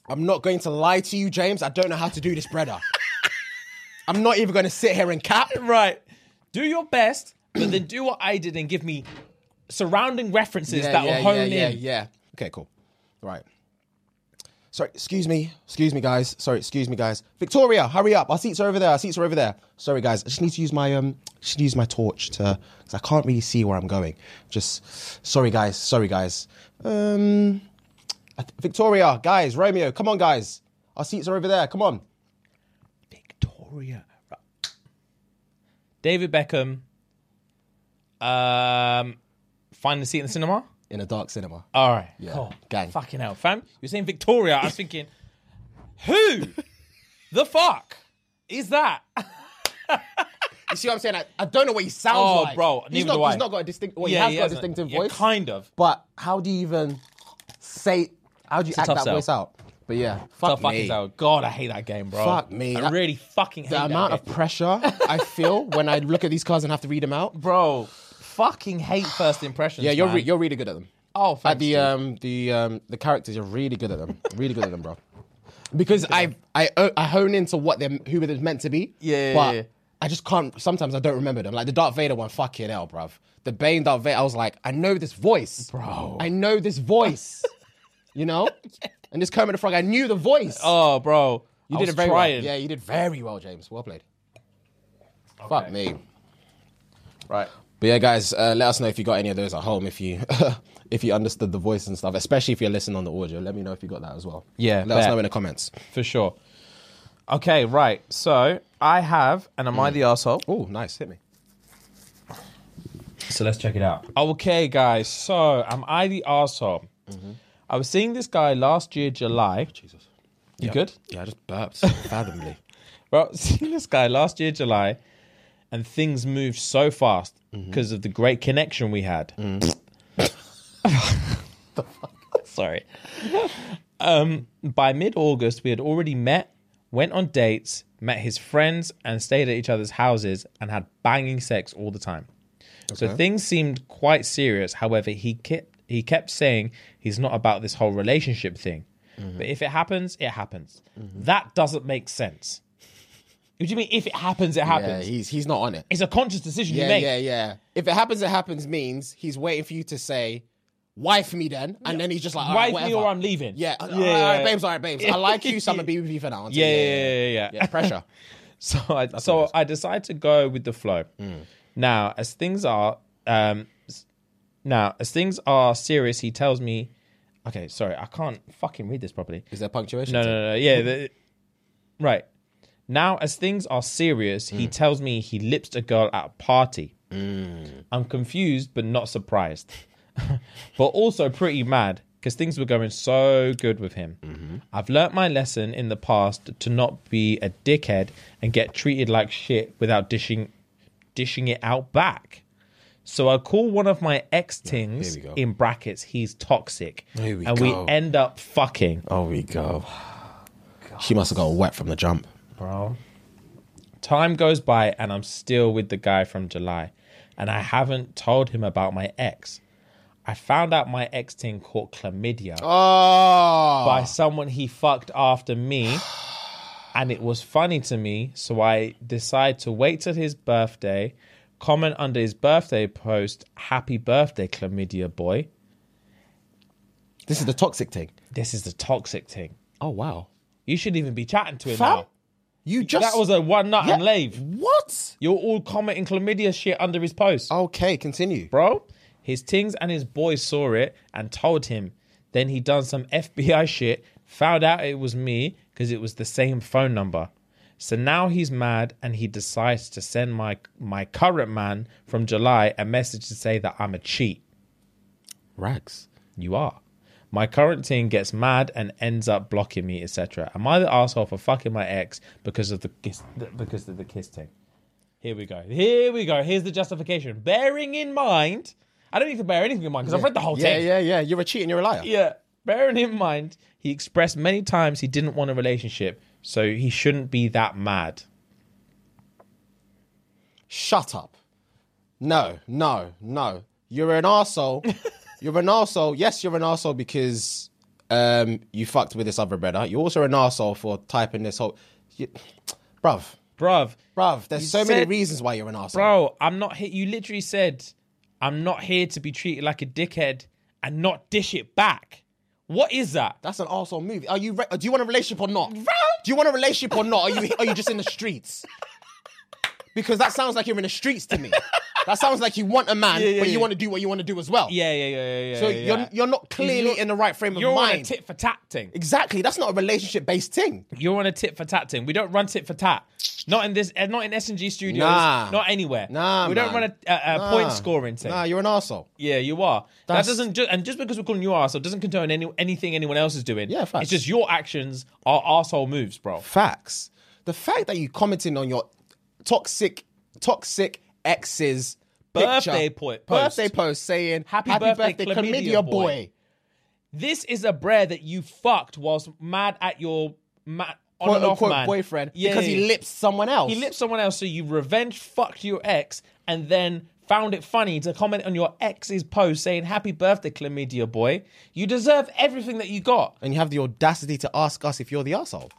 Speaker 2: I'm not going to lie to you, James. I don't know how to do this, brother. I'm not even going to sit here and cap.
Speaker 1: Right. Do your best, but then do what I did and give me surrounding references that will hone
Speaker 2: yeah,
Speaker 1: in.
Speaker 2: Yeah, Okay, cool. Right. Sorry, excuse me. Excuse me, guys. Sorry, excuse me, guys. Victoria, hurry up. Our seats are over there. Our seats are over there. Sorry, guys. I just need to use my um just need to use my torch to because I can't really see where I'm going. Just sorry guys, sorry guys. Um I th- Victoria, guys, Romeo, come on, guys. Our seats are over there. Come on.
Speaker 1: Victoria. David Beckham. Um, find the seat in the cinema.
Speaker 2: In a dark cinema.
Speaker 1: All right.
Speaker 2: Yeah.
Speaker 1: Cool.
Speaker 2: Gang.
Speaker 1: Fucking hell, fam. You're saying Victoria. I was thinking, who the fuck is that?
Speaker 2: You see what I'm saying? I, I don't know what he sounds
Speaker 1: Oh,
Speaker 2: like.
Speaker 1: bro,
Speaker 2: He's
Speaker 1: neither
Speaker 2: not,
Speaker 1: do I.
Speaker 2: he's not got a distinct. Well, he has got a
Speaker 1: hasn't.
Speaker 2: distinctive
Speaker 1: Yeah,
Speaker 2: voice.
Speaker 1: Kind of.
Speaker 2: But how do you even say? How do you act
Speaker 1: tough
Speaker 2: that
Speaker 1: sell.
Speaker 2: voice out? But yeah,
Speaker 1: So
Speaker 2: fuck
Speaker 1: fucking
Speaker 2: me.
Speaker 1: so. God, I hate that game, bro.
Speaker 2: Fuck me.
Speaker 1: I
Speaker 2: That-
Speaker 1: really fucking hate
Speaker 2: The
Speaker 1: that
Speaker 2: amount
Speaker 1: game. *laughs*
Speaker 2: of pressure I feel when I look at these cards and have to read them out.
Speaker 1: bro. Fucking hate
Speaker 2: *sighs*
Speaker 1: first impressions.
Speaker 2: Yeah, you're
Speaker 1: man.
Speaker 2: re- you're really good at them.
Speaker 1: Oh,
Speaker 2: At
Speaker 1: thanks,
Speaker 2: the
Speaker 1: dude.
Speaker 2: um the um the characters, you're really good at them. Really good at them, bro. Because I I o- I hone into what they're who it is meant to be.
Speaker 1: Yeah, yeah,
Speaker 2: But
Speaker 1: yeah.
Speaker 2: I just can't. Sometimes I don't remember them. Like the Darth Vader one, fucking hell, bruv. The Bane Darth Vader. I was like, I know this voice, bro. I know this voice. you know. And this Kermit the Frog, I knew the voice.
Speaker 1: Oh, bro.
Speaker 2: You
Speaker 1: I
Speaker 2: did
Speaker 1: was
Speaker 2: it very
Speaker 1: trying.
Speaker 2: well. Yeah, you did very well, James. Well played. Fuck me.
Speaker 1: Right.
Speaker 2: But yeah, guys, uh, let us know if you got any of those at home. If you *laughs* if you understood the voice and stuff, especially if you're listening on the audio, let me know if you got that as well.
Speaker 1: Yeah,
Speaker 2: let us
Speaker 1: bet.
Speaker 2: know in the comments.
Speaker 1: For sure. Okay, right. So I have, and am I the asshole?
Speaker 2: Oh, nice, hit me.
Speaker 1: So let's check it out. Okay, guys. So am I the asshole? I was seeing this guy last year, July. Mm-hmm. Jesus. You good?
Speaker 2: Yeah, I just burped fathomably.
Speaker 1: Well, *laughs* seeing this guy last year, July, and things moved so fast because of the great connection we had. *laughs* Sorry. Um, by mid August, we had already met, went on dates, met his friends, and stayed at each other's houses and had banging sex all the time. So things seemed quite serious. However, he kept he kept saying he's not about this whole relationship thing. But if it happens, it happens. That doesn't make sense. What do you mean? If it happens, it
Speaker 2: *laughs* yeah,
Speaker 1: happens.
Speaker 2: he's he's not on it.
Speaker 1: it's a conscious decision *laughs* you
Speaker 2: Yeah,
Speaker 1: make.
Speaker 2: yeah, yeah. If it happens, it happens means he's waiting for you to say, "Wife me," then, and then he's just like, all right,
Speaker 1: Wife me
Speaker 2: whatever.
Speaker 1: or I'm leaving. Uh,
Speaker 2: Yeah, yeah,
Speaker 1: yeah,
Speaker 2: all right,
Speaker 1: yeah.
Speaker 2: babes, all right, babes. I like you, so I'm gonna be with you for now. until-
Speaker 1: Yeah, yeah, yeah, yeah, yeah.
Speaker 2: yeah. Pressure.
Speaker 1: *laughs* So I Mm. so I decided to go with the flow. Now, as things are, um, s- now as things are serious, he tells me, "Okay, sorry, I can't fucking read this properly."
Speaker 2: Is there punctuation?
Speaker 1: No, no, no, no. yeah, the, right. Now, as things are serious, he
Speaker 2: Hmm.
Speaker 1: tells me he lips a girl at a party.
Speaker 2: Hmm.
Speaker 1: I'm confused, but not surprised, *laughs* but also pretty mad because things were going so good with him.
Speaker 2: Mm-hmm.
Speaker 1: I've learnt my lesson in the past to not be a dickhead and get treated like shit without dishing dishing it out back. So I call one of my ex tings
Speaker 2: here we go.
Speaker 1: in brackets. He's toxic,
Speaker 2: Here we
Speaker 1: and
Speaker 2: go.
Speaker 1: we end up fucking.
Speaker 2: Oh, we go. She must have got wet from the jump.
Speaker 1: bro. Time goes by and I'm still with the guy from July, and I haven't told him about my ex. I found out my ex thing caught chlamydia
Speaker 2: Oh,
Speaker 1: by someone he fucked after
Speaker 2: *sighs*
Speaker 1: me, and it was funny to me, so I decide to wait till his birthday, comment under his birthday post, "Happy birthday, chlamydia boy."
Speaker 2: this is the toxic thing.
Speaker 1: This is the toxic thing.
Speaker 2: Oh wow,
Speaker 1: You shouldn't even be chatting to him
Speaker 2: Fam,
Speaker 1: now.
Speaker 2: you just
Speaker 1: That was a one nut
Speaker 2: Yeah.
Speaker 1: and leave.
Speaker 2: what?
Speaker 1: You're all commenting chlamydia shit under his post.
Speaker 2: Okay, continue.
Speaker 1: Bro, his tings and his boys saw it and told him. Then he done some FBI shit, found out it was me because it was the same phone number. So now he's mad and he decides to send my my current man from July a message to say that I'm a cheat.
Speaker 2: Rags.
Speaker 1: You are. My current team gets mad and ends up blocking me, etc. Am I the asshole for fucking my ex because of the kiss, because of the kiss thing? Here we go. Here we go. Here's the justification. Bearing in mind, I don't need to bear anything in mind because I've read the whole
Speaker 2: Yeah,
Speaker 1: thing.
Speaker 2: yeah, yeah. You're a cheat and you're a liar.
Speaker 1: Yeah. Bearing in mind, he expressed many times he didn't want a relationship, so he shouldn't be that mad.
Speaker 2: Shut up. No, no, no. You're an
Speaker 1: *laughs*
Speaker 2: arsehole. you're an arsehole. Yes, you're an arsehole because um, you fucked with this other brother. You're also an arsehole for typing this whole. You... Bruv,
Speaker 1: Bruv,
Speaker 2: bruv, there's
Speaker 1: You
Speaker 2: so many
Speaker 1: said-
Speaker 2: reasons why you're an arsehole.
Speaker 1: bro, I'm not here. You literally said, I'm not here to be treated like a dickhead and not dish it back. What is that?
Speaker 2: That's an arsehole movie. Are you? Re- do you want a relationship or not? Do you want a relationship or not? Are you? Are you just in the streets? Because that sounds like you're in the streets to me. That sounds like you want a man,
Speaker 1: Yeah, yeah,
Speaker 2: but you
Speaker 1: yeah.
Speaker 2: want to do what you want to do as well.
Speaker 1: Yeah, yeah, yeah, yeah. yeah
Speaker 2: So
Speaker 1: yeah,
Speaker 2: you're
Speaker 1: yeah.
Speaker 2: you're not clearly
Speaker 1: You're-
Speaker 2: in the right frame of
Speaker 1: you're on a
Speaker 2: mind.
Speaker 1: tit for tat thing.
Speaker 2: Exactly. That's not a relationship based thing.
Speaker 1: You're on a tit for tat thing. We don't run tit for tat. Not in this. uh, Not in S and G Studios.
Speaker 2: Nah.
Speaker 1: Not anywhere.
Speaker 2: Nah,
Speaker 1: We don't
Speaker 2: man.
Speaker 1: run a, a, a point scoring thing.
Speaker 2: Ah. Nah, you're an arsehole.
Speaker 1: Yeah, you are.
Speaker 2: That's-
Speaker 1: That doesn't ju- and just because we're calling you arsehole doesn't condone any anything anyone else is doing.
Speaker 2: Yeah, facts.
Speaker 1: It's just your actions are arsehole moves, bro.
Speaker 2: Facts. The fact that you commenting on your toxic, toxic ex's
Speaker 1: Birthday
Speaker 2: picture,
Speaker 1: po- post.
Speaker 2: birthday post saying
Speaker 1: Happy birthday, chlamydia boy." This is a brer that you fucked whilst mad at your ma- on
Speaker 2: quote
Speaker 1: and off
Speaker 2: unquote
Speaker 1: man.
Speaker 2: boyfriend
Speaker 1: Yeah,
Speaker 2: because
Speaker 1: yeah,
Speaker 2: he
Speaker 1: yeah.
Speaker 2: lips someone else.
Speaker 1: He lipped someone else, so you revenge fucked your ex and then found it funny to comment on your ex's post saying, Happy birthday, chlamydia boy. You deserve everything that you got.
Speaker 2: and you have the audacity to ask us if you're the asshole,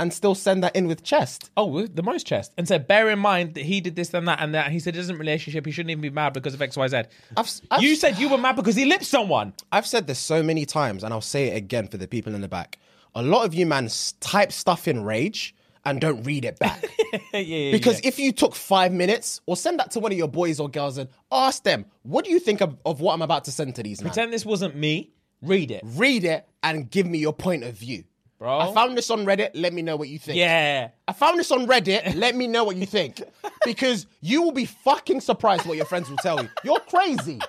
Speaker 2: and still send that in with chest.
Speaker 1: Oh, with the most chest. And said, Bear in mind that he did this and that and that. He said, It isn't relationship. He shouldn't even be mad because of XYZ.
Speaker 2: I've- I've-
Speaker 1: you said you were mad because he lipped someone.
Speaker 2: I've said this so many times, and I'll say it again for the people in the back. A lot of you man s- type stuff in rage and don't read it back.
Speaker 1: *laughs* Yeah, yeah, yeah.
Speaker 2: Because if you took five minutes or send that to one of your boys or girls and ask them, what do you think of, of what I'm about to send to these men?
Speaker 1: Pretend this wasn't me. Read it.
Speaker 2: Read it and give me your point of view.
Speaker 1: Bro.
Speaker 2: I found this on Reddit. Let me know what you think.
Speaker 1: Yeah.
Speaker 2: I found this on Reddit. Let me know what you think. Because you will be fucking surprised what your friends will tell you. You're crazy.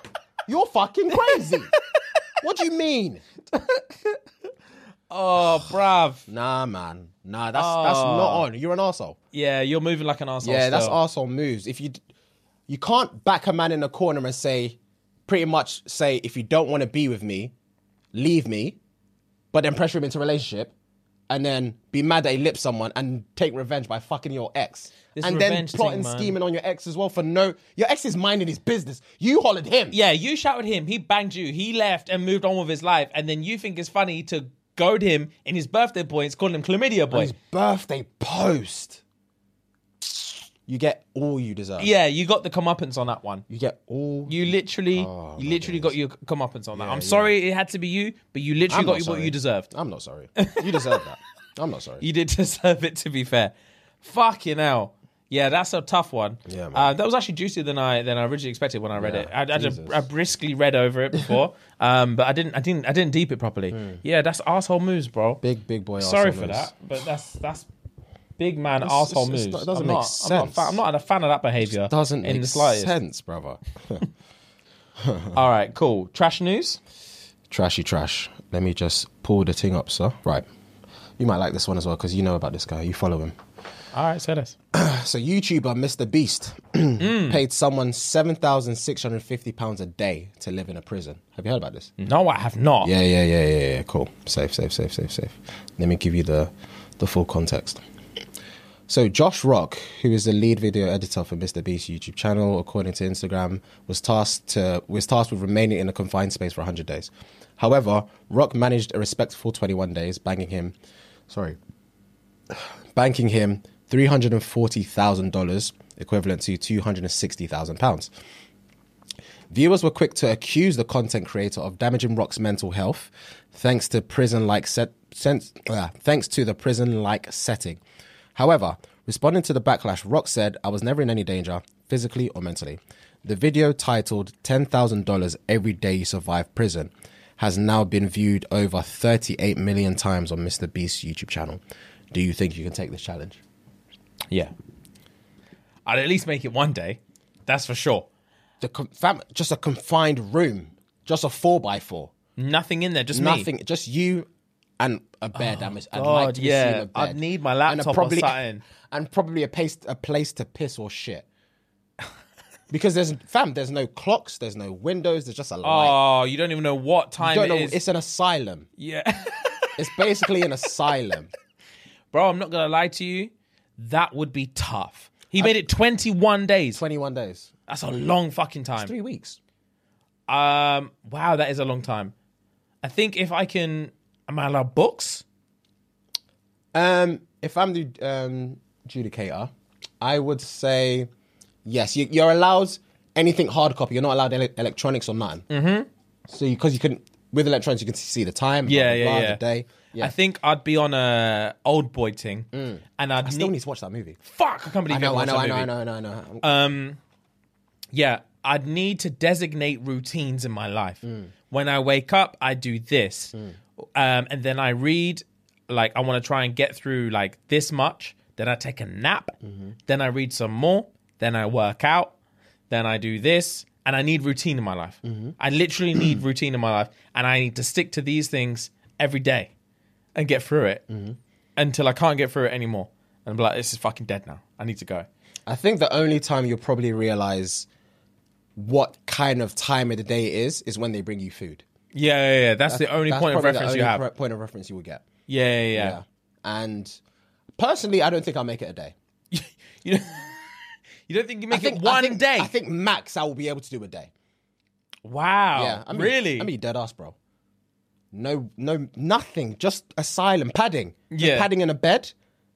Speaker 2: You're fucking crazy. What do you mean?
Speaker 1: Oh, bruv.
Speaker 2: Nah, man. Nah, that's that's not on. You're an arsehole.
Speaker 1: Yeah, you're moving like an asshole.
Speaker 2: Yeah, that's
Speaker 1: still.
Speaker 2: arsehole moves. If you d- you can't back a man in a corner and say, pretty much say, if you don't want to be with me, leave me, but then pressure him into a relationship, and then be mad that he lips someone and take revenge by fucking your ex.
Speaker 1: This
Speaker 2: and then
Speaker 1: revenge
Speaker 2: plotting
Speaker 1: thing, man.
Speaker 2: scheming on your ex as well for no your ex is minding his business. You hollered him.
Speaker 1: Yeah, you shouted him, he banged you, he left and moved on with his life, and then you think it's funny to goad him in his birthday points, calling him chlamydia boy.
Speaker 2: His birthday post. You get all you deserve.
Speaker 1: Yeah, you got the comeuppance on that one.
Speaker 2: You get all
Speaker 1: You literally,
Speaker 2: Oh,
Speaker 1: you literally got your comeuppance on that. I'm sorry it had to be you, but you literally
Speaker 2: I'm
Speaker 1: got
Speaker 2: not
Speaker 1: what
Speaker 2: sorry.
Speaker 1: you deserved. *laughs*
Speaker 2: I'm not sorry. You deserve that. I'm not sorry.
Speaker 1: You did deserve it, to be fair. Fucking hell. Yeah, that's a tough one.
Speaker 2: Yeah, man.
Speaker 1: uh, that was actually juicier than I than I originally expected when I read
Speaker 2: Yeah,
Speaker 1: it. I, I just
Speaker 2: Jesus.
Speaker 1: I briskly read over it before, *laughs* um, but I didn't I didn't I didn't deep it properly.
Speaker 2: Hmm.
Speaker 1: Yeah, that's asshole moves, bro.
Speaker 2: Big, big boy.
Speaker 1: Sorry
Speaker 2: arsehole
Speaker 1: for
Speaker 2: is-
Speaker 1: that, but that's that's big man
Speaker 2: It's-
Speaker 1: asshole
Speaker 2: it's-
Speaker 1: moves.
Speaker 2: it's not- it doesn't
Speaker 1: I'm
Speaker 2: make
Speaker 1: not, I'm not, a
Speaker 2: sense.
Speaker 1: fan, I'm not a fan of that behavior.
Speaker 2: Doesn't
Speaker 1: in
Speaker 2: make
Speaker 1: the slightest.
Speaker 2: sense, brother.
Speaker 1: All right, cool. Trash news.
Speaker 2: Trashy trash. Let me just pull the thing up, sir. Right. You might like this one as well because you know about this guy. You follow him.
Speaker 1: All right, say this.
Speaker 2: So YouTuber Mr. Beast *clears throat*
Speaker 1: Mm.
Speaker 2: paid someone seven thousand six hundred fifty pounds a day to live in a prison. Have you heard about this?
Speaker 1: No, I have not.
Speaker 2: Yeah, yeah, yeah, yeah, yeah. Cool. Safe, safe, safe, safe, safe. Let me give you the the full context. So Josh Rock, who is the lead video editor for Mr. Beast's YouTube channel, according to Instagram, was tasked to was tasked with remaining in a confined space for 100 days. However, Rock managed a respectful 21 days, banking him, sorry, banking him three hundred and forty thousand dollars, equivalent to two hundred and sixty thousand pounds. Viewers were quick to accuse the content creator of damaging Rock's mental health, thanks to prison-like set, sense, uh, thanks to the prison-like setting. However, responding to the backlash, Rock said, "I was never in any danger, physically or mentally." The video titled $10,000 Every Day You Survive Prison has now been viewed over 38 million times on Mr. Beast's YouTube channel. Do you think you can take this challenge?
Speaker 1: yeah. I'd at least make it one day. That's for sure.
Speaker 2: The com- fam- just a confined room, just a 4x4.
Speaker 1: Nothing in there, just me. Oh,
Speaker 2: Nothing. Just you and a bed. I'm, I'd
Speaker 1: God,
Speaker 2: like to be
Speaker 1: yeah.
Speaker 2: seen a bed.
Speaker 1: I'd need my
Speaker 2: and
Speaker 1: laptop or
Speaker 2: a probably,
Speaker 1: something.
Speaker 2: *laughs* And probably a place, a place to piss or shit. because there's fam, there's no clocks, there's no windows, there's just a light.
Speaker 1: Oh, you don't even know what time
Speaker 2: You
Speaker 1: it
Speaker 2: don't know,
Speaker 1: is.
Speaker 2: it's an asylum.
Speaker 1: yeah. *laughs*
Speaker 2: It's basically an asylum.
Speaker 1: Bro, I'm not going to lie to you. That would be tough. He made it 21 days.
Speaker 2: 21 days,
Speaker 1: That's a long fucking time.
Speaker 2: three weeks.
Speaker 1: Um, wow, that is a long time. I think if I can, am I allowed books?
Speaker 2: Um, if I'm the um, adjudicator, I would say yes. You, you're allowed anything hard copy. You're not allowed ele- electronics or nothing. Mm-hmm. So because you, can with electronics, you can see the time. blah,
Speaker 1: Yeah,
Speaker 2: blah,
Speaker 1: yeah,
Speaker 2: blah,
Speaker 1: yeah.
Speaker 2: The day. Yeah. Mm.
Speaker 1: I think I'd be on a old boy thing, and I'd
Speaker 2: still
Speaker 1: need-
Speaker 2: need to watch that movie.
Speaker 1: fuck. I can't believe
Speaker 2: I know, I
Speaker 1: everyone's
Speaker 2: know,
Speaker 1: a
Speaker 2: I know,
Speaker 1: movie.
Speaker 2: I know, I know, I know.
Speaker 1: Yeah, I'd need to designate routines in my life.
Speaker 2: Mm.
Speaker 1: When I wake up, I do this, um, and then I read. Like I want to try and get through like this much. Then I take a nap.
Speaker 2: Mm-hmm.
Speaker 1: Then I read some more. Then I work out. Then I do this, and I need routine in my life.
Speaker 2: Mm-hmm.
Speaker 1: I literally
Speaker 2: *clears throat*
Speaker 1: need routine in my life, and I need to stick to these things every day and get through it
Speaker 2: Mm-hmm.
Speaker 1: until I can't get through it anymore. And be like, this is fucking dead now. I need to go.
Speaker 2: I think the only time you'll probably realize what kind of time of the day it is is when they bring you food.
Speaker 1: Yeah, yeah, yeah. That's, the only
Speaker 2: That's
Speaker 1: point of
Speaker 2: probably the
Speaker 1: reference you
Speaker 2: only
Speaker 1: have.
Speaker 2: pro- Point of reference you will get.
Speaker 1: Yeah, yeah, yeah.
Speaker 2: And personally, I don't think I'll make it a day.
Speaker 1: You, don't, *laughs* you don't think you make
Speaker 2: I think
Speaker 1: it one
Speaker 2: I think,
Speaker 1: day?
Speaker 2: I think max I will be able to do a day.
Speaker 1: wow.
Speaker 2: Yeah, I mean,
Speaker 1: Oh, really?
Speaker 2: I mean, dead ass, bro. No, no, nothing. Just asylum padding. Just
Speaker 1: Yeah.
Speaker 2: padding in a bed.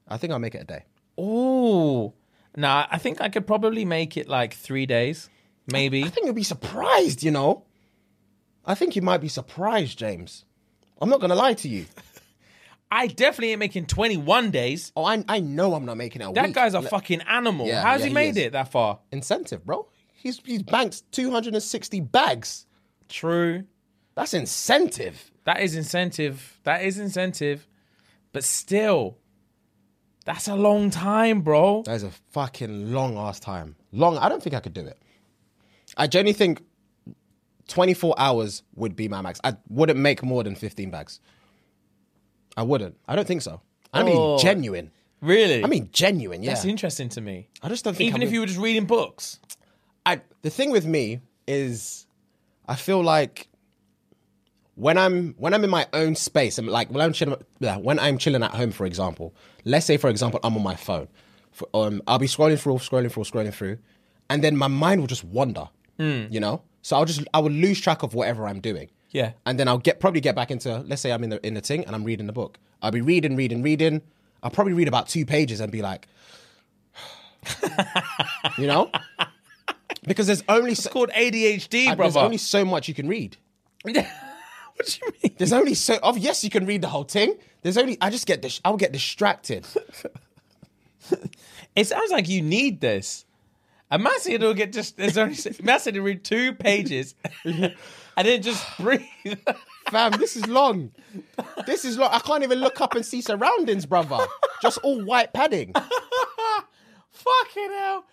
Speaker 2: I think I'll make it a day.
Speaker 1: Ooh. Nah, I think I could probably make it like three days, maybe.
Speaker 2: I think you'll be surprised. You know, I think you might be surprised, James. I'm not gonna lie to you.
Speaker 1: I definitely ain't making 21 days.
Speaker 2: Oh, I, I know I'm not making it a
Speaker 1: That
Speaker 2: week.
Speaker 1: guy's a
Speaker 2: Le-
Speaker 1: fucking animal.
Speaker 2: Yeah,
Speaker 1: How's
Speaker 2: yeah,
Speaker 1: he
Speaker 2: he
Speaker 1: made
Speaker 2: is.
Speaker 1: it that far?
Speaker 2: incentive, bro. He's he's banks 260 bags.
Speaker 1: True.
Speaker 2: That's incentive.
Speaker 1: That is incentive. That is incentive. But still, that's a long time, bro.
Speaker 2: That is a fucking long ass time. Long. I don't think I could do it. I genuinely think 24 hours would be my max. I wouldn't make more than 15 bags. I wouldn't. I don't think so. I
Speaker 1: Oh.
Speaker 2: mean, genuine.
Speaker 1: Really?
Speaker 2: I mean, genuine. Yeah.
Speaker 1: that's interesting to me.
Speaker 2: I just don't think.
Speaker 1: Even
Speaker 2: I
Speaker 1: if you were just reading books.
Speaker 2: I, the thing with me is, I feel like when I'm when I'm in my own space, I'm like when I'm chilling, yeah, when I'm chilling at home, for example. Let's say, for example, I'm on my phone. For, um, I'll be scrolling through, scrolling through, scrolling through, and then my mind will just wander. You know, so I'll just I will lose track of whatever I'm doing.
Speaker 1: Yeah.
Speaker 2: and then I'll get probably get back into. Let's say I'm in the in the thing and I'm reading the book. I'll be reading, reading, reading. I'll probably read about two pages and be like, you know, because there's only so,
Speaker 1: It's called ADHD,
Speaker 2: I-
Speaker 1: brother.
Speaker 2: There's only so much you can read. *laughs*
Speaker 1: what do you mean?
Speaker 2: There's only so. Oh, yes, you can read the whole thing. There's only. I just get. Dis- I'll get distracted.
Speaker 1: It sounds like you need this. And Man City don't get just there's only Man City read two
Speaker 2: *laughs*
Speaker 1: pages and then just breathe. *laughs*
Speaker 2: Fam, this is long. This is long. I can't even look up and see surroundings, brother. Just all white padding.
Speaker 1: Fucking hell.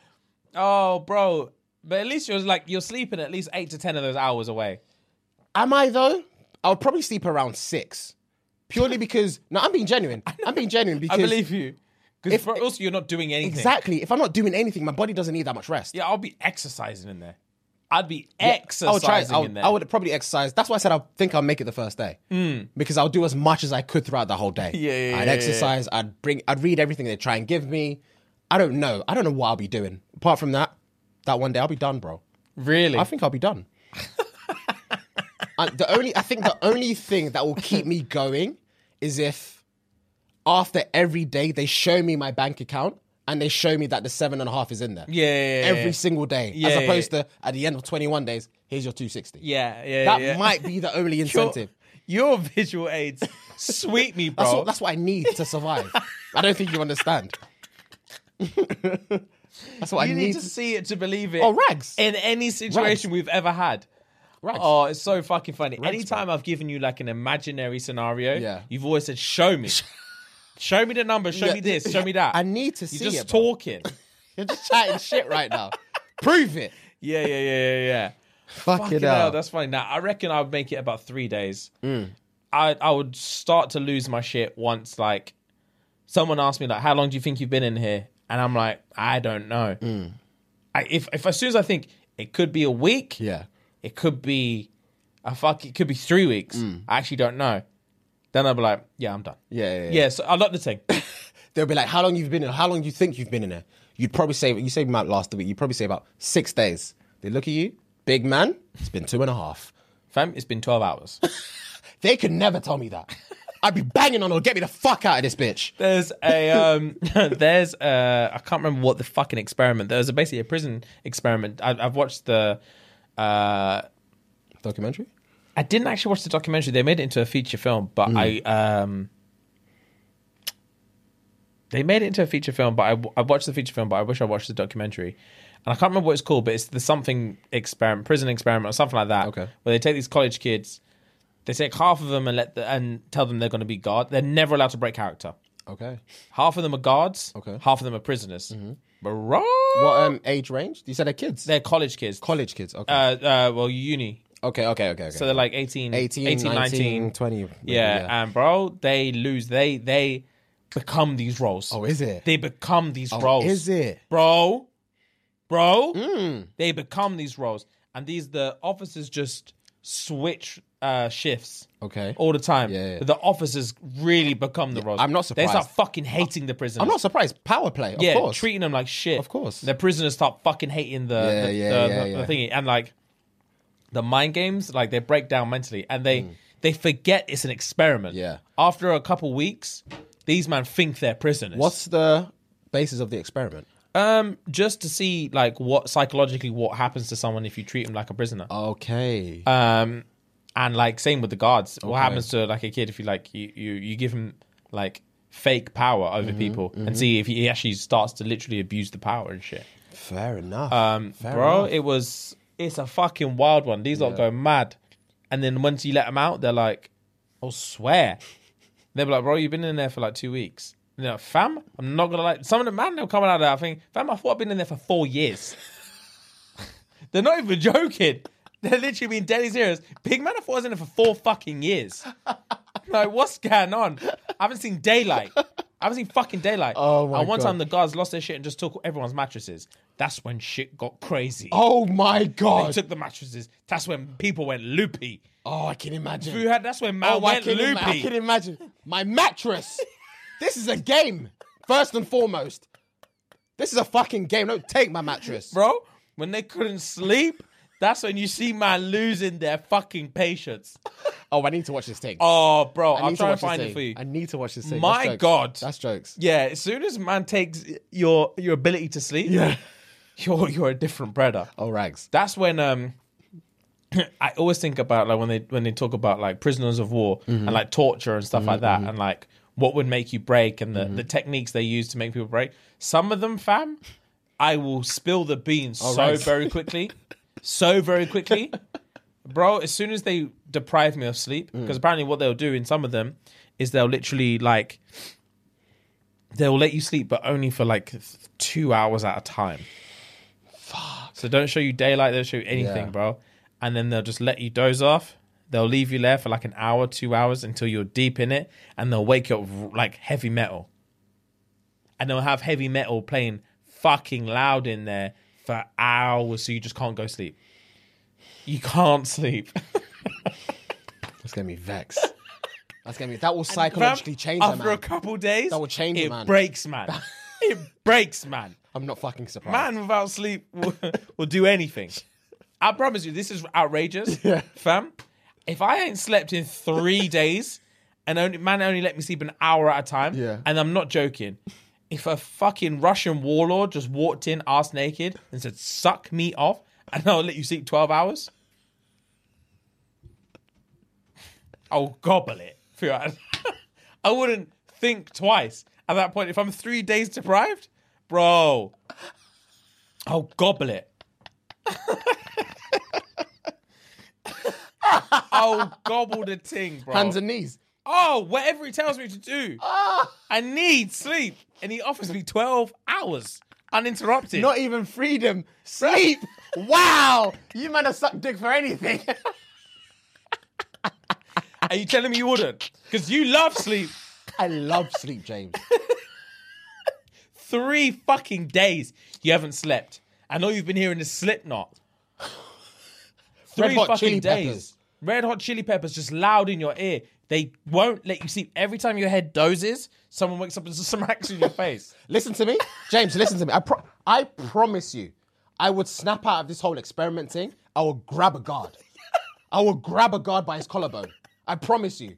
Speaker 1: Oh, bro. But at least you're like you're sleeping at least eight to ten of those hours away.
Speaker 2: Am I though? I'll probably sleep around six. Purely because no, I'm being genuine. I'm being genuine
Speaker 1: I
Speaker 2: because
Speaker 1: believe you. Because
Speaker 2: If-
Speaker 1: also you're not doing anything.
Speaker 2: exactly if I'm not doing anything, my body doesn't need that much rest.
Speaker 1: Yeah, I'll be exercising in there. I'd be
Speaker 2: I would
Speaker 1: exercising
Speaker 2: try. I
Speaker 1: in
Speaker 2: would,
Speaker 1: there. Hmm.
Speaker 2: I would probably exercise. That's why I said I think I'll make it the first day because I'll do as much as I could throughout the whole day.
Speaker 1: Yeah, yeah, yeah,
Speaker 2: I'd
Speaker 1: yeah,
Speaker 2: exercise. I'd bring. I'd read everything they try and give me. I don't know. I don't know what I'll be doing. Apart from that, that one day I'll be done, bro.
Speaker 1: really?
Speaker 2: I think I'll be done. I, the only I think the only thing that will keep me going is if after every day they show me my bank account and they show me that the seven and a half is in there.
Speaker 1: yeah, yeah, yeah,
Speaker 2: Every
Speaker 1: yeah.
Speaker 2: single day.
Speaker 1: Yeah,
Speaker 2: as
Speaker 1: yeah,
Speaker 2: opposed to at the end of 21 days, here's your 260.
Speaker 1: yeah, yeah,
Speaker 2: That
Speaker 1: yeah.
Speaker 2: might be
Speaker 1: *laughs*
Speaker 2: the only
Speaker 1: your,
Speaker 2: incentive.
Speaker 1: your visual aids sweet me, bro.
Speaker 2: *laughs* That's, what, that's what I need
Speaker 1: *laughs*
Speaker 2: to survive. I don't think you understand. *laughs* that's what
Speaker 1: you
Speaker 2: I
Speaker 1: need
Speaker 2: need.
Speaker 1: to Eh. see it to believe it.
Speaker 2: Oh, rags.
Speaker 1: In any situation we've ever had.
Speaker 2: Rags.
Speaker 1: Oh, it's so fucking funny.
Speaker 2: Rags,
Speaker 1: Anytime I've given you like an imaginary scenario,
Speaker 2: Yeah.
Speaker 1: you've always said, show
Speaker 2: *laughs*
Speaker 1: me. show me the number, show
Speaker 2: Yeah,
Speaker 1: me this,
Speaker 2: yeah,
Speaker 1: show me that.
Speaker 2: *laughs* I need to see
Speaker 1: You're just
Speaker 2: it. bro. *laughs*
Speaker 1: talking.
Speaker 2: You're just chatting shit right now. Prove it.
Speaker 1: yeah, yeah, yeah, yeah, yeah.
Speaker 2: Fuck,
Speaker 1: Fucking hell, that's funny. Now I reckon I would make it about three days.
Speaker 2: Mm.
Speaker 1: I I would start to lose my shit once like someone asked me like, "How long do you think you've been in here?" And I'm like, "I don't know."
Speaker 2: Mm.
Speaker 1: I, if if as soon as I think it could be a week,
Speaker 2: yeah.
Speaker 1: it could be a fuck, it could be three weeks. I actually don't know. Then I'll be like, "Yeah, I'm done."
Speaker 2: Mm. Yeah, yeah, yeah.
Speaker 1: yeah. So I like the thing. *coughs*
Speaker 2: They'll be like, "How long you've been in? How long you think you've been in there?" You'd probably say, "You say about last week. You probably say about six days." They look at you, big man. It's been two and a half.
Speaker 1: Fam, it's been twelve hours.
Speaker 2: They could never tell me
Speaker 1: *laughs*
Speaker 2: that. I'd be banging on her, get me the fuck out of this bitch.
Speaker 1: There's a um, *laughs* there's uh, I can't remember what the fucking experiment. There was a, basically a prison experiment. I, I've watched the, uh,
Speaker 2: Documentary.
Speaker 1: I didn't actually watch the documentary. They made it into a feature film, but I um, they made it into a feature film. But I, w- I watched the feature film, but I wish I watched the documentary. And I can't remember what it's called, but it's the something experiment, prison experiment, or something like that.
Speaker 2: Okay.
Speaker 1: Where they take these college kids, they take half of them and let the, and tell them they're going to be guard. They're never allowed to break character.
Speaker 2: Okay.
Speaker 1: Half of them are guards.
Speaker 2: Okay. Mm-hmm.
Speaker 1: Half of them are prisoners. Bro,
Speaker 2: What um age range? You said they're kids.
Speaker 1: they're college kids.
Speaker 2: College kids. Okay.
Speaker 1: uh, uh, well, uni.
Speaker 2: okay. Okay. Okay. Okay.
Speaker 1: So they're like 18,
Speaker 2: 18,
Speaker 1: 18 19.
Speaker 2: 19, 20. maybe,
Speaker 1: yeah, and bro, they lose. They they become these roles.
Speaker 2: oh, is it? Oh,
Speaker 1: They become these roles.
Speaker 2: Is it? Hmm.
Speaker 1: bro? Bro, they become these roles, and these the officers just switch uh shifts.
Speaker 2: Okay.
Speaker 1: All the time,
Speaker 2: Yeah, yeah.
Speaker 1: the officers really become the roles.
Speaker 2: I'm not
Speaker 1: They start
Speaker 2: surprised.
Speaker 1: fucking hating the prisoners
Speaker 2: I'm not surprised. Power play. Of
Speaker 1: yeah,
Speaker 2: course.
Speaker 1: treating them like shit.
Speaker 2: Of course.
Speaker 1: the prisoners start fucking hating the
Speaker 2: Yeah,
Speaker 1: the,
Speaker 2: yeah,
Speaker 1: the,
Speaker 2: yeah,
Speaker 1: the-
Speaker 2: yeah.
Speaker 1: the thingy and like the mind games. Like they break down mentally and they they forget it's an experiment.
Speaker 2: Mm. Yeah.
Speaker 1: After a couple weeks, these men think they're prisoners.
Speaker 2: What's the basis of the experiment?
Speaker 1: um just to see like what psychologically what happens to someone if you treat them like a prisoner.
Speaker 2: Okay.
Speaker 1: Um, and like same with the guards. What happens to like a kid if you like you you, you give him like fake power over
Speaker 2: Mm-hmm,
Speaker 1: people and see if he actually starts to literally abuse the power and shit.
Speaker 2: Fair enough.
Speaker 1: Um, bro, it was it's a fucking wild one. These lot go mad, and then once you let them out, they're like, "I'll swear." They're like, "Bro, you've been in there for like two weeks." And they're like, "Fam, I'm not gonna like." Some of the man they're coming out of that thing. Fam, I thought I've been in there for four years. *laughs* they're not even joking. They're literally being deadly serious. Big man, I thought I was in there for four fucking years. *laughs* like, what's going on? I haven't seen daylight. I haven't seen fucking daylight.
Speaker 2: Oh my
Speaker 1: And one
Speaker 2: God.
Speaker 1: time the guards lost their shit and just took everyone's mattresses. That's when shit got crazy.
Speaker 2: oh my
Speaker 1: They
Speaker 2: god.
Speaker 1: took the mattresses. That's when people went loopy.
Speaker 2: Oh, I can imagine.
Speaker 1: Who had? That's when man
Speaker 2: oh, I
Speaker 1: went
Speaker 2: can,
Speaker 1: loopy.
Speaker 2: ima- I can imagine.
Speaker 1: *laughs*
Speaker 2: My mattress. this is a game. First and foremost, this is a fucking game. Don't take my mattress.
Speaker 1: Bro, when they couldn't sleep, that's when you see man losing their fucking patience.
Speaker 2: Oh, I need to watch this thing.
Speaker 1: Oh, bro,
Speaker 2: I
Speaker 1: I'll
Speaker 2: need
Speaker 1: try and
Speaker 2: watch this
Speaker 1: find it
Speaker 2: thing.
Speaker 1: for you.
Speaker 2: I need to watch this thing.
Speaker 1: My
Speaker 2: That's jokes.
Speaker 1: God.
Speaker 2: that's jokes.
Speaker 1: Yeah, as soon as man takes your your ability to sleep, *laughs* you're you're a different brother.
Speaker 2: Oh, rags.
Speaker 1: that's when um *clears throat* I always think about like when they when they talk about like prisoners of war and like torture and stuff like that and like what would make you break and the, the techniques they use to make people break. Some of them, fam, I will spill the beans so
Speaker 2: right.
Speaker 1: very quickly. so very quickly. Bro, as soon as they deprive me of sleep, because apparently what they'll do in some of them is they'll literally like they'll let you sleep, but only for like th- two hours at a time. Fuck. So don't show you daylight. They'll show you anything,
Speaker 2: Yeah.
Speaker 1: bro. And then they'll just let you doze off. They'll leave you there for like an hour, two hours until you're deep in it, and they'll wake you up with, like heavy metal. And they'll have heavy metal playing fucking loud in there for hours, so you just can't go sleep. You can't sleep.
Speaker 2: That's gonna be vexed. That's gonna be that will
Speaker 1: *laughs*
Speaker 2: psychologically
Speaker 1: Fam,
Speaker 2: change
Speaker 1: after
Speaker 2: them.
Speaker 1: a couple days.
Speaker 2: That will change a
Speaker 1: it,
Speaker 2: man.
Speaker 1: breaks, man.
Speaker 2: *laughs*
Speaker 1: it breaks, man.
Speaker 2: I'm not fucking surprised.
Speaker 1: man without sleep will, *laughs* will do anything. I promise you, this is outrageous, fam. If I ain't slept in three days, and only man only let me sleep an hour at a time,
Speaker 2: Yeah.
Speaker 1: and I'm not joking. If a fucking Russian warlord just walked in ass naked and said, "Suck me off," and I'll let you sleep twelve hours, I'll gobble it. for your- I wouldn't think twice at that point. If I'm three days deprived, bro, I'll gobble it. I'll gobble the ting, bro.
Speaker 2: Hands and Ah. knees.
Speaker 1: oh, whatever he tells me to do. I need sleep. And he offers me 12 hours uninterrupted.
Speaker 2: Not even freedom.
Speaker 1: *laughs*
Speaker 2: Sleep. wow. You might have sucked dick for anything. *laughs*
Speaker 1: Are you telling me you wouldn't? Because you love sleep.
Speaker 2: I love sleep, James.
Speaker 1: Three fucking days you haven't slept. And all you've been hearing is Slipknot. Three
Speaker 2: Red Hot
Speaker 1: fucking
Speaker 2: Chili
Speaker 1: days.
Speaker 2: Peppers.
Speaker 1: Red Hot Chili Peppers just loud in your ear. They won't let you sleep. Every time your head dozes, someone wakes up and *laughs* smacks you in your face.
Speaker 2: Listen to me, James. Listen to me. I pro- I promise you, I would snap out of this whole experiment thing. I will grab a guard. I will grab a guard by his collarbone. I promise you.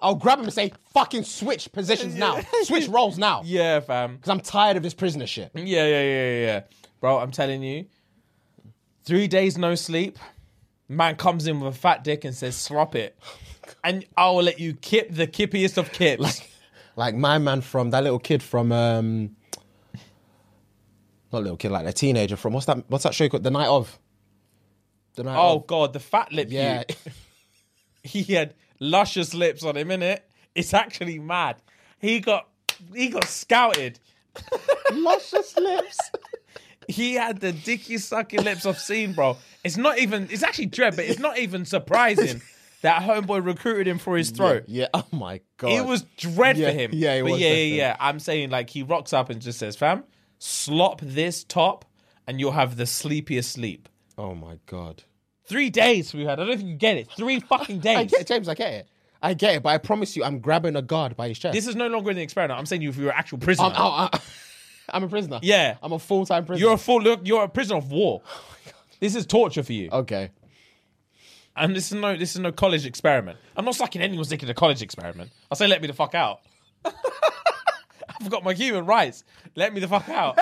Speaker 2: I'll grab him and say, "Fucking switch positions now. Switch roles now." Because
Speaker 1: Yeah, fam.
Speaker 2: I'm tired of this prisoner shit.
Speaker 1: Yeah, yeah, yeah, yeah, yeah. Bro, I'm telling you, three days no sleep, man comes in with a fat dick and says, slop
Speaker 2: *laughs*
Speaker 1: it. And I will let you kip the kippiest of kips.
Speaker 2: Like my man from that little kid from um, not little kid, like a teenager from what's that? What's that show called? The Night of. The Night
Speaker 1: oh,
Speaker 2: Of.
Speaker 1: God, the fat lip *laughs*
Speaker 2: Yeah.
Speaker 1: you. He had luscious lips on him, innit? It's actually mad. He got he got scouted.
Speaker 2: Luscious lips.
Speaker 1: He had the dickiest sucking lips I've seen, bro. It's not even it's actually dread, but it's not even
Speaker 2: *laughs*
Speaker 1: surprising that homeboy recruited him for his throat.
Speaker 2: *laughs* Yeah. Oh my god.
Speaker 1: It was dread
Speaker 2: Yeah,
Speaker 1: for him.
Speaker 2: yeah, it
Speaker 1: but
Speaker 2: was
Speaker 1: yeah, yeah,
Speaker 2: dread for
Speaker 1: yeah. I'm saying like he rocks up and just says, "Fam, slop this top, and you'll have the sleepiest sleep."
Speaker 2: Oh my god.
Speaker 1: Three days we had. I don't think you get it. Three fucking
Speaker 2: *laughs* I
Speaker 1: days.
Speaker 2: get it, James. I get it. I get it. But I promise you, I'm grabbing a guard by his chest.
Speaker 1: This is no longer an experiment. I'm saying you if you're an actual prisoner.
Speaker 2: I'm, out- *laughs* I- I'm a prisoner.
Speaker 1: Yeah.
Speaker 2: I'm a full time prisoner.
Speaker 1: You're a full look. You're a prisoner of war.
Speaker 2: Oh
Speaker 1: This is torture for you.
Speaker 2: okay.
Speaker 1: And this is no. This is no college experiment. I'm not sucking anyone's dick in a college experiment. I say, let me the fuck
Speaker 2: *laughs*
Speaker 1: out. I've got my human rights. Let me the fuck
Speaker 2: *laughs*
Speaker 1: out.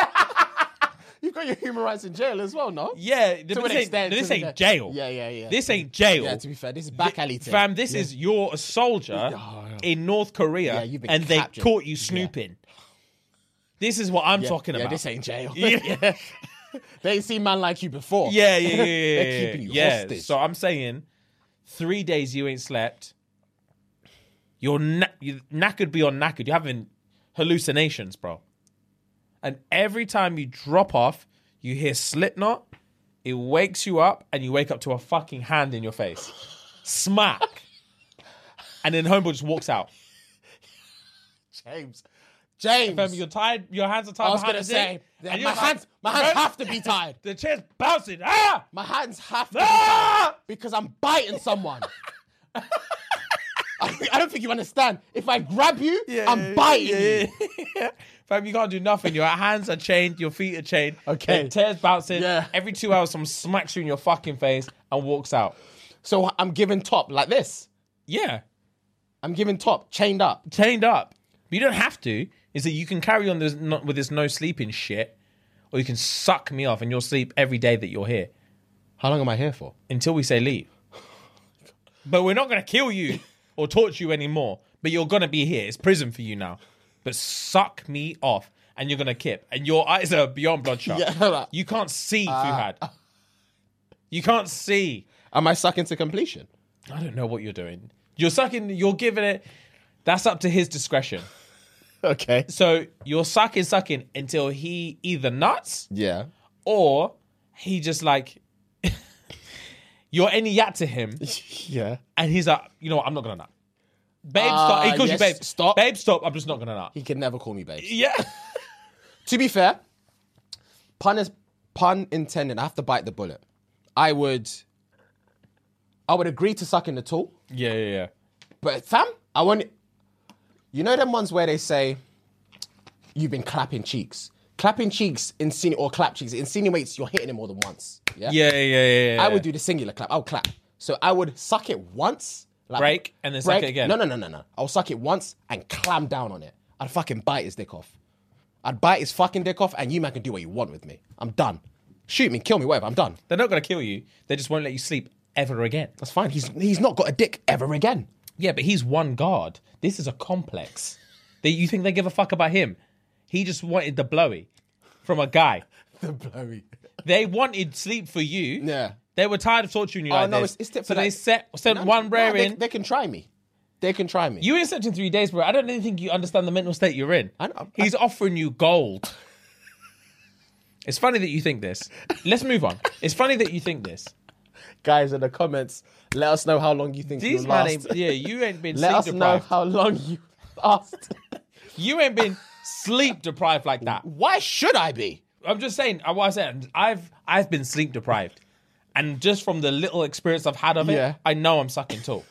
Speaker 2: You've got your human rights in jail as well, no?
Speaker 1: Yeah, this
Speaker 2: an
Speaker 1: ain't,
Speaker 2: extent,
Speaker 1: this
Speaker 2: to an
Speaker 1: ain't
Speaker 2: extent.
Speaker 1: jail.
Speaker 2: Yeah, yeah, yeah.
Speaker 1: This ain't jail.
Speaker 2: Yeah. To be fair, this is back alley. thing.
Speaker 1: Fam, this is you're a soldier
Speaker 2: yeah.
Speaker 1: in North Korea,
Speaker 2: Yeah, you've been
Speaker 1: and
Speaker 2: captured.
Speaker 1: they caught you snooping. This is what I'm
Speaker 2: Yeah,
Speaker 1: talking
Speaker 2: yeah,
Speaker 1: about.
Speaker 2: this ain't jail. *laughs*
Speaker 1: yeah,
Speaker 2: they ain't seen man like you before.
Speaker 1: yeah, yeah,
Speaker 2: *laughs*
Speaker 1: yeah, yeah.
Speaker 2: They're
Speaker 1: yeah,
Speaker 2: keeping you
Speaker 1: yeah.
Speaker 2: hostage.
Speaker 1: So I'm saying, three days you ain't slept. You're, na- you're knackered beyond knackered. You're having hallucinations, bro. And every time you drop off, you hear Slipknot. It wakes you up, and you wake up to a fucking hand in your face,
Speaker 2: *laughs*
Speaker 1: smack. And then homeboy just walks out.
Speaker 2: James. James.
Speaker 1: Fam, you're tied. Your hands are tied
Speaker 2: I was
Speaker 1: behind
Speaker 2: gonna
Speaker 1: the dick,
Speaker 2: say that
Speaker 1: and
Speaker 2: my
Speaker 1: you're like,
Speaker 2: hands, my hands
Speaker 1: "Bro,
Speaker 2: have to be tied.
Speaker 1: *laughs* The chair's bouncing. Ah!
Speaker 2: My hands have to
Speaker 1: Ah!
Speaker 2: be tied because I'm biting someone. I, I don't think you understand. If I grab you, I'm biting you.
Speaker 1: you. *laughs* Fam, you can't do nothing. Your hands are chained. Your feet are chained.
Speaker 2: Okay.
Speaker 1: The chair's bouncing.
Speaker 2: Yeah.
Speaker 1: Every two hours, someone smacks you in your fucking face and walks out.
Speaker 2: So I'm giving top like this.
Speaker 1: Yeah.
Speaker 2: I'm giving top, chained up.
Speaker 1: Chained up. But you don't have to. Is that you can carry on this, not, with this no sleeping shit, or you can suck me off and you'll sleep every day that you're here
Speaker 2: How long am I here for? *laughs*
Speaker 1: until we say leave. But we're not going to kill you or torture you anymore. but you're gonna be here. It's prison for you now. But suck me off, and you're gonna kip, and your eyes are beyond bloodshot.
Speaker 2: *laughs* Yeah, like- uh,
Speaker 1: you can't see Fuhad. You can't see.
Speaker 2: Am I sucking to completion?
Speaker 1: I don't know what you're doing. You're sucking. You're giving it. That's up to his discretion.
Speaker 2: Okay.
Speaker 1: So you're sucking, sucking until he either nuts
Speaker 2: Yeah.
Speaker 1: or he just like *laughs* you're any yat to him,
Speaker 2: *laughs* Yeah.
Speaker 1: and he's like, you know what? I'm not gonna nut. Babe,
Speaker 2: Ah,
Speaker 1: stop. He calls
Speaker 2: yes,
Speaker 1: you babe.
Speaker 2: stop.
Speaker 1: Babe, stop. I'm just not gonna
Speaker 2: *laughs*
Speaker 1: nut.
Speaker 2: He can never call me babe.
Speaker 1: Yeah.
Speaker 2: to be fair, pun is pun intended. I have to bite the bullet. I would, I would agree to sucking the tool,
Speaker 1: Yeah, yeah, yeah.
Speaker 2: but fam, I want. You know them ones where they say, "You've been clapping cheeks." Clapping cheeks insinu- or clap cheeks insinuates you're hitting him more than once. Yeah?
Speaker 1: Yeah, yeah, yeah, yeah.
Speaker 2: I would do the singular clap. I'll clap. So I would suck it once, like,
Speaker 1: Break, and then suck it again.
Speaker 2: No, no, no, no, no. I'll suck it once and clam down on it. I'd fucking bite his dick off. I'd bite his fucking dick off, and you man can do what you want with me. I'm done. Shoot me, kill me, whatever. I'm done.
Speaker 1: They're not gonna kill you. They just won't let you sleep ever again.
Speaker 2: That's fine. He's he's not got a dick ever again.
Speaker 1: Yeah, but he's one guard. This is a complex. That you think they give a fuck about him? He just wanted the blowy from a guy.
Speaker 2: *laughs* The blowy.
Speaker 1: They wanted sleep for you.
Speaker 2: Yeah.
Speaker 1: They were tired of torturing you
Speaker 2: Oh
Speaker 1: like
Speaker 2: no,
Speaker 1: this.
Speaker 2: it's, it's tip
Speaker 1: so
Speaker 2: for
Speaker 1: they
Speaker 2: that.
Speaker 1: set, sent
Speaker 2: No,
Speaker 1: one
Speaker 2: no,
Speaker 1: rare
Speaker 2: they,
Speaker 1: in.
Speaker 2: They can try me. They can try me.
Speaker 1: you were in search in three days, bro. I don't even think you understand the mental state you're in.
Speaker 2: I know.
Speaker 1: He's offering you gold. *laughs* it's funny that you think this. Let's move on. It's funny that you think this.
Speaker 2: guys in the comments, let us know how long you think
Speaker 1: These
Speaker 2: you
Speaker 1: man
Speaker 2: last.
Speaker 1: ain't,
Speaker 2: *laughs*
Speaker 1: yeah, you ain't been
Speaker 2: let
Speaker 1: sleep
Speaker 2: us know
Speaker 1: deprived.
Speaker 2: how long you last.
Speaker 1: You ain't been sleep deprived like that.
Speaker 2: Why should I be?
Speaker 1: I'm just saying. uh, I was saying I've I've been sleep deprived, and just from the little experience I've had of it,
Speaker 2: Yeah.
Speaker 1: I know I'm sucking tall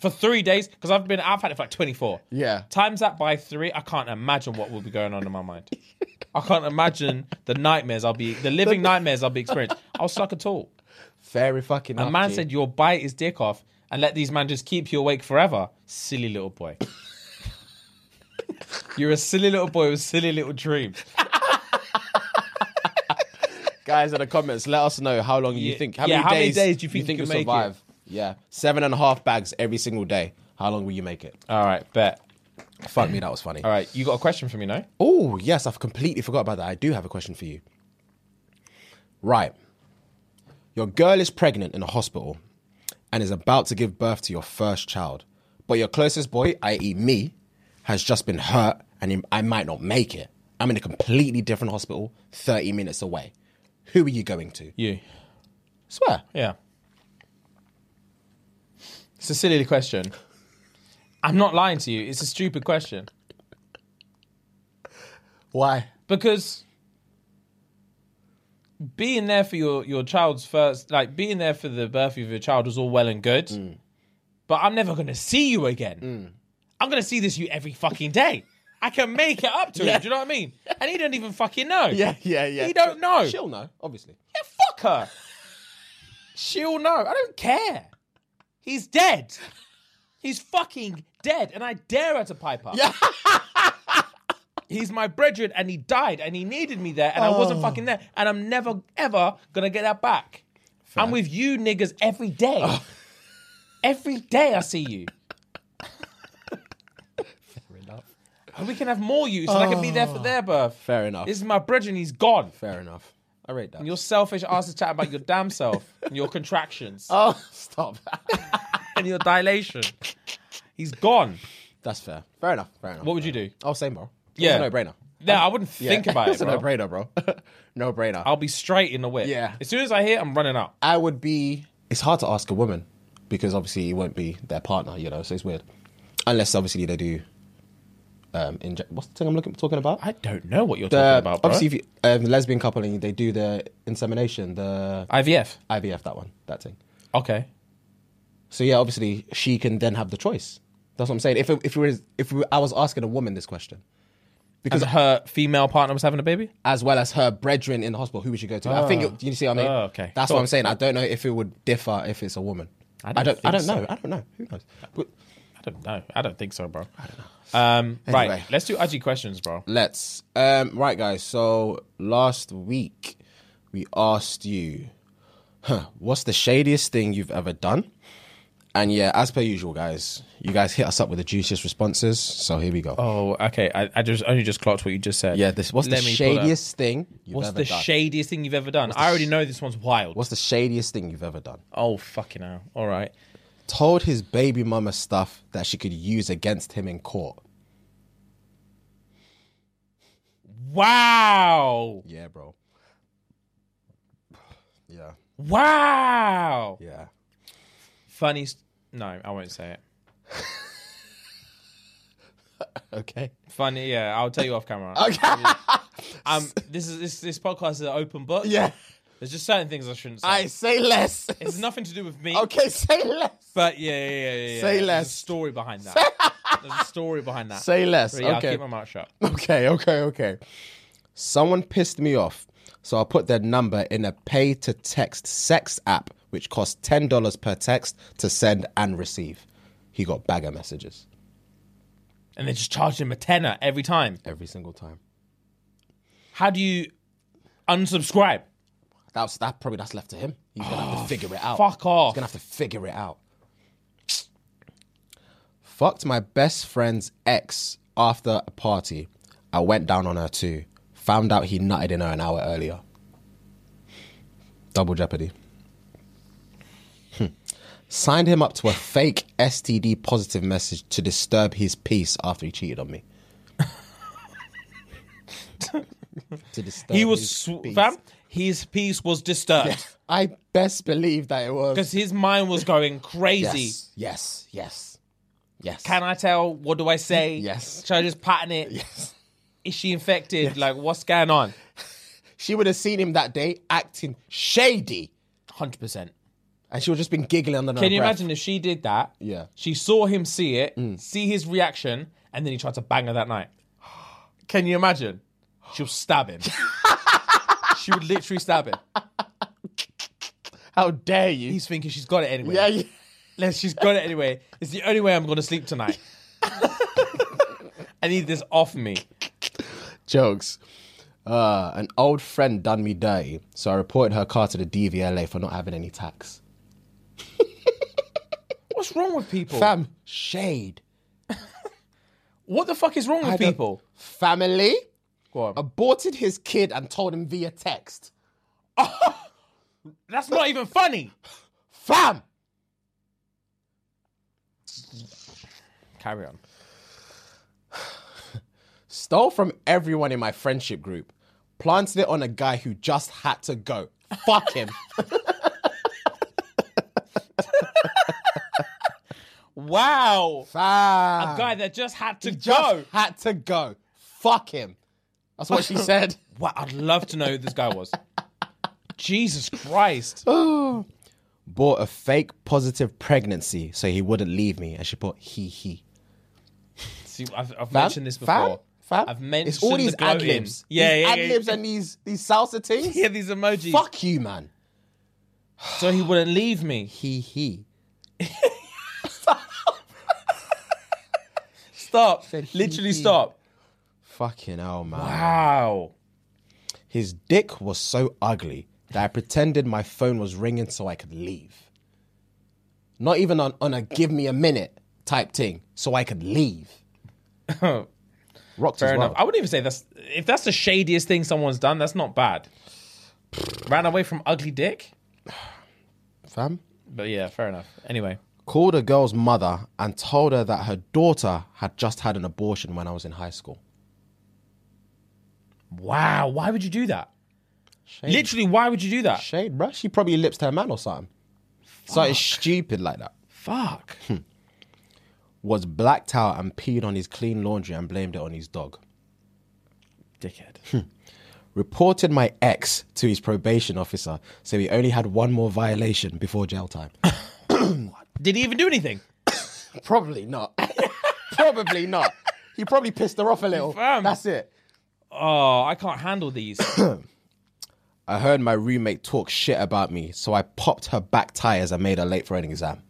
Speaker 1: for three days because I've been I've had it for like 24.
Speaker 2: Yeah.
Speaker 1: times that by three, I can't imagine what will be going on in my mind. I can't imagine the nightmares I'll be the
Speaker 2: *laughs*
Speaker 1: living nightmares I'll be experiencing. I'll suck at all.
Speaker 2: Very fucking.
Speaker 1: A man said you'll bite his dick off and let these men just keep you awake forever. Silly little
Speaker 2: *laughs*
Speaker 1: boy. You're a silly little boy with silly little dreams.
Speaker 2: guys in the comments, let us know how long
Speaker 1: Yeah.
Speaker 2: you think. How,
Speaker 1: Yeah,
Speaker 2: many,
Speaker 1: how many
Speaker 2: days
Speaker 1: days do you think you
Speaker 2: you'll
Speaker 1: can make it?
Speaker 2: survive? Yeah, seven and a half bags every single day. How long will you make it?
Speaker 1: All right, bet.
Speaker 2: Fuck me, that was funny.
Speaker 1: All right, you got a question for me, no?
Speaker 2: Oh yes, I've completely forgot about that. I do have a question for you. Right, your girl is pregnant in a hospital and is about to give birth to your first child, but your closest boy, i.e., me, has just been hurt and he- I might not make it. I'm in a completely different hospital, 30 minutes away. Who are you going to?
Speaker 1: You.
Speaker 2: Swear.
Speaker 1: Yeah. It's a silly question. I'm not lying to you. It's a stupid question.
Speaker 2: Why?
Speaker 1: because being there for your your child's first like being there for the birth of your child was all well and good
Speaker 2: Mm.
Speaker 1: but i'm never going to see you again i'm going to see this you every fucking day i can make it up to him do you know what i mean and he don't even fucking know
Speaker 2: *laughs* Yeah, yeah, yeah.
Speaker 1: He don't know.
Speaker 2: She'll know, obviously.
Speaker 1: yeah fuck her she'll know i don't care he's dead he's fucking dead and i dare her to pipe up
Speaker 2: Yeah. *laughs*
Speaker 1: he's my brethren and he died and he needed me there and I
Speaker 2: Oh.
Speaker 1: wasn't fucking there and I'm never ever gonna get that back. I'm with you niggas every day.
Speaker 2: Oh.
Speaker 1: *laughs* Every day I see you.
Speaker 2: *laughs* Fair enough. Oh.
Speaker 1: And we can have more you so I can be there for their birth.
Speaker 2: Fair enough.
Speaker 1: This is my brethren, he's gone.
Speaker 2: Fair enough. I rate that.
Speaker 1: Your selfish ass is chatting about your damn self and your
Speaker 2: *laughs*
Speaker 1: contractions
Speaker 2: Oh, stop.
Speaker 1: and your dilation. He's gone.
Speaker 2: That's fair. Fair enough. Fair enough.
Speaker 1: What would you do?
Speaker 2: Oh, same, bro.
Speaker 1: Yeah.
Speaker 2: No brainer.
Speaker 1: No, I wouldn't think
Speaker 2: *laughs*
Speaker 1: about it.
Speaker 2: It's a no
Speaker 1: Bro.
Speaker 2: brainer, bro. no brainer.
Speaker 1: I'll be straight in the whip.
Speaker 2: Yeah.
Speaker 1: As soon as I hear, I'm running up.
Speaker 2: I would be. It's hard to ask a woman because obviously it won't be their partner, you know, so it's weird. Unless obviously they do. Um, inject. What's the thing I'm looking talking about?
Speaker 1: I don't know what you're
Speaker 2: Uh,
Speaker 1: talking about, bro.
Speaker 2: Obviously, if you, um, lesbian coupling, they do the insemination, the
Speaker 1: IVF.
Speaker 2: IVF, that one, that thing.
Speaker 1: Okay.
Speaker 2: So yeah, obviously she can then have the choice. That's what I'm saying. If it, if it was, if we, I was asking a woman this question,
Speaker 1: Because her female partner was having a baby?
Speaker 2: as well as her brethren in the hospital, who would she go to? I think it, you see what I mean.
Speaker 1: Oh, okay.
Speaker 2: That's
Speaker 1: Cool.
Speaker 2: what I'm saying. I don't know if it would differ if it's a woman.
Speaker 1: I
Speaker 2: I
Speaker 1: don't
Speaker 2: don't. I don't,
Speaker 1: think
Speaker 2: know.
Speaker 1: so.
Speaker 2: I don't know. Who knows? But
Speaker 1: I don't know. I don't think so, bro. Um,
Speaker 2: Anyway.
Speaker 1: Right, let's do Aji questions, bro.
Speaker 2: let's. Um, right, guys. So last week we asked you, huh, what's the shadiest thing you've ever done? And yeah, as per usual, guys, you guys hit us up with the juiciest responses. So here we go.
Speaker 1: Oh, okay. I, I just only just clocked what you just said.
Speaker 2: yeah, this what's
Speaker 1: Let
Speaker 2: the
Speaker 1: me pull up.
Speaker 2: shadiest thing you've
Speaker 1: What's
Speaker 2: ever
Speaker 1: the
Speaker 2: done?
Speaker 1: shadiest thing you've ever done? I already know this one's wild.
Speaker 2: what's the shadiest thing you've ever done?
Speaker 1: Oh fucking hell! All right.
Speaker 2: Told his baby mama stuff that she could use against him in court.
Speaker 1: Wow!
Speaker 2: Yeah, bro. *sighs* Yeah,
Speaker 1: Wow!
Speaker 2: yeah.
Speaker 1: Funny. s no, I won't say it.
Speaker 2: Okay.
Speaker 1: Funny. Yeah, I'll tell you off
Speaker 2: *laughs*
Speaker 1: camera.
Speaker 2: Okay.
Speaker 1: Um, this is this this podcast is an open book.
Speaker 2: yeah.
Speaker 1: There's just certain things I shouldn't say.
Speaker 2: I say less. *laughs*
Speaker 1: It's nothing to do with me.
Speaker 2: Okay, say less.
Speaker 1: But yeah, yeah, yeah, yeah. yeah.
Speaker 2: Say
Speaker 1: There's a
Speaker 2: less.
Speaker 1: story behind
Speaker 2: *laughs*
Speaker 1: that. There's a story behind that.
Speaker 2: Say less.
Speaker 1: But yeah, I'll
Speaker 2: okay.
Speaker 1: keep my mouth shut.
Speaker 2: Okay, okay, okay. Someone pissed me off, so I put their number in a pay to text sex app, which costs ten dollars per text to send and receive. He got bagger messages
Speaker 1: And they just charge him a tenner every time.
Speaker 2: every single time.
Speaker 1: How do you unsubscribe?
Speaker 2: That's that probably that's left to him. He's gonna have to figure it out.
Speaker 1: Oh, fuck off.
Speaker 2: He's gonna have to figure it out. Fucked my best friend's ex after a party. I went down on her too. Found out he nutted in her an hour earlier. Double jeopardy. Hmm. Signed him up to a fake STD positive message to disturb his peace after he cheated on me. to
Speaker 1: *laughs*
Speaker 2: disturb
Speaker 1: He was
Speaker 2: his
Speaker 1: sw-
Speaker 2: peace.
Speaker 1: fam. His peace was disturbed
Speaker 2: I best believe that it was.
Speaker 1: because his mind was going crazy.
Speaker 2: Yes, yes, yes, yes.
Speaker 1: Can I tell? What do I say?
Speaker 2: Yes.
Speaker 1: Should I just pattern it?
Speaker 2: Yes.
Speaker 1: Is she infected? Like, what's going on?
Speaker 2: She would have seen him that day acting shady,
Speaker 1: Hundred percent.
Speaker 2: and she would have just been giggling under her
Speaker 1: Can you
Speaker 2: breath.
Speaker 1: imagine if she did that?
Speaker 2: Yeah. Mm.
Speaker 1: She saw him see it, see his reaction, and then he tried to bang her that night. *gasps* Can you imagine? She'll stab him. *laughs* she would literally stab him.
Speaker 2: How dare you?
Speaker 1: He's thinking she's got it anyway.
Speaker 2: yeah, yeah.
Speaker 1: Let's- she's got it anyway. It's the only way I'm going to sleep
Speaker 2: *laughs*
Speaker 1: tonight. I need this off me.
Speaker 2: jokes. Uh, an old friend done me dirty, so I reported her car to the DVLA for not having any tax.
Speaker 1: What's wrong with people?
Speaker 2: Fam, shade.
Speaker 1: what the fuck is wrong with
Speaker 2: don't- Uh,
Speaker 1: people?
Speaker 2: Family
Speaker 1: Go on.
Speaker 2: aborted his kid and told him via text.
Speaker 1: That's not even funny.
Speaker 2: Fam.
Speaker 1: Carry on.
Speaker 2: Stole from everyone in my friendship group. Planted it on a guy who just had to go.
Speaker 1: *laughs*
Speaker 2: Fuck him.
Speaker 1: Wow.
Speaker 2: Fam.
Speaker 1: Guy that just had to
Speaker 2: just
Speaker 1: go.
Speaker 2: had to go. Fuck him. That's
Speaker 1: *laughs*
Speaker 2: what she said.
Speaker 1: Wow, I'd love to know who this guy was. Jesus Christ.
Speaker 2: Bought a fake positive pregnancy so he wouldn't leave me, and she put he he.
Speaker 1: See, I've, I've
Speaker 2: Fam?
Speaker 1: mentioned this
Speaker 2: Fam?
Speaker 1: before.
Speaker 2: Fam?
Speaker 1: I've mentioned
Speaker 2: it's all these
Speaker 1: the gloating.
Speaker 2: ad-libs.
Speaker 1: Yeah,
Speaker 2: these
Speaker 1: yeah, yeah,
Speaker 2: ad-libs
Speaker 1: yeah.
Speaker 2: and these these salsa
Speaker 1: *laughs*
Speaker 2: things.
Speaker 1: Yeah, these emojis.
Speaker 2: Fuck you, man.
Speaker 1: So he wouldn't leave me.
Speaker 2: He he.
Speaker 1: Stop.
Speaker 2: he-
Speaker 1: Literally
Speaker 2: he.
Speaker 1: stop.
Speaker 2: Fucking hell, man.
Speaker 1: Wow. *laughs*
Speaker 2: His dick was so ugly that I pretended my phone was ringing so I could leave. Not even on, on a give me a minute type thing, so I could leave. Rocked
Speaker 1: Fair
Speaker 2: as well.
Speaker 1: enough. I wouldn't even say that's if that's the shadiest thing someone's done, that's not bad. Ran away from ugly dick?
Speaker 2: Fam?
Speaker 1: But yeah, fair enough. Anyway.
Speaker 2: called a girl's mother and told her that her daughter had just had an abortion when I was in high school.
Speaker 1: Wow, why would you do that?
Speaker 2: Shade.
Speaker 1: Literally, why would you do that?
Speaker 2: Shade, bruh. She probably lips her man or something. Something stupid like that.
Speaker 1: Fuck.
Speaker 2: Hmm. Was blacked out and peed on his clean laundry and blamed it on his dog.
Speaker 1: Dickhead. *laughs*
Speaker 2: Reported my ex to his probation officer, so he only had one more violation before jail time. *laughs*
Speaker 1: Did he even do anything?
Speaker 2: probably not. *laughs* probably not. He probably pissed her off a little.
Speaker 1: Fam.
Speaker 2: That's it.
Speaker 1: Oh, I can't handle these.
Speaker 2: I heard my roommate talk shit about me, so I popped her back tires and made her late for an exam.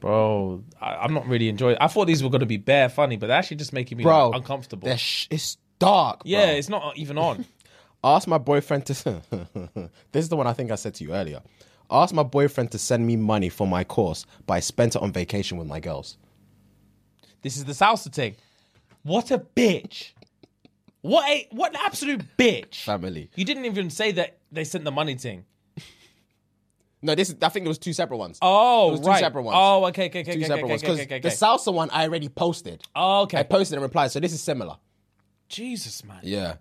Speaker 1: Bro, I, I'm not really enjoying. I thought these were gonna be bare funny, but they're actually just making me
Speaker 2: bro,
Speaker 1: like, uncomfortable.
Speaker 2: they're Sh- it's dark.
Speaker 1: yeah,
Speaker 2: bro.
Speaker 1: it's not even on. *laughs*
Speaker 2: *laughs* Asked my boyfriend to. this is the one I think I said to you earlier. I asked my boyfriend to send me money for my course, but I spent it on vacation with my girls.
Speaker 1: This is the salsa thing. What a bitch. What a what an absolute bitch.
Speaker 2: Family.
Speaker 1: You didn't even say that they sent the money thing.
Speaker 2: No, this is, I think there was two separate ones.
Speaker 1: Oh,
Speaker 2: There was two
Speaker 1: right.
Speaker 2: separate ones.
Speaker 1: Oh, okay, okay, okay,
Speaker 2: two
Speaker 1: okay,
Speaker 2: separate
Speaker 1: okay,
Speaker 2: ones.
Speaker 1: okay,
Speaker 2: Because
Speaker 1: okay,
Speaker 2: the
Speaker 1: okay.
Speaker 2: salsa one I already posted.
Speaker 1: Oh, okay.
Speaker 2: I posted and replied, so this is similar.
Speaker 1: Jesus, man.
Speaker 2: Yeah.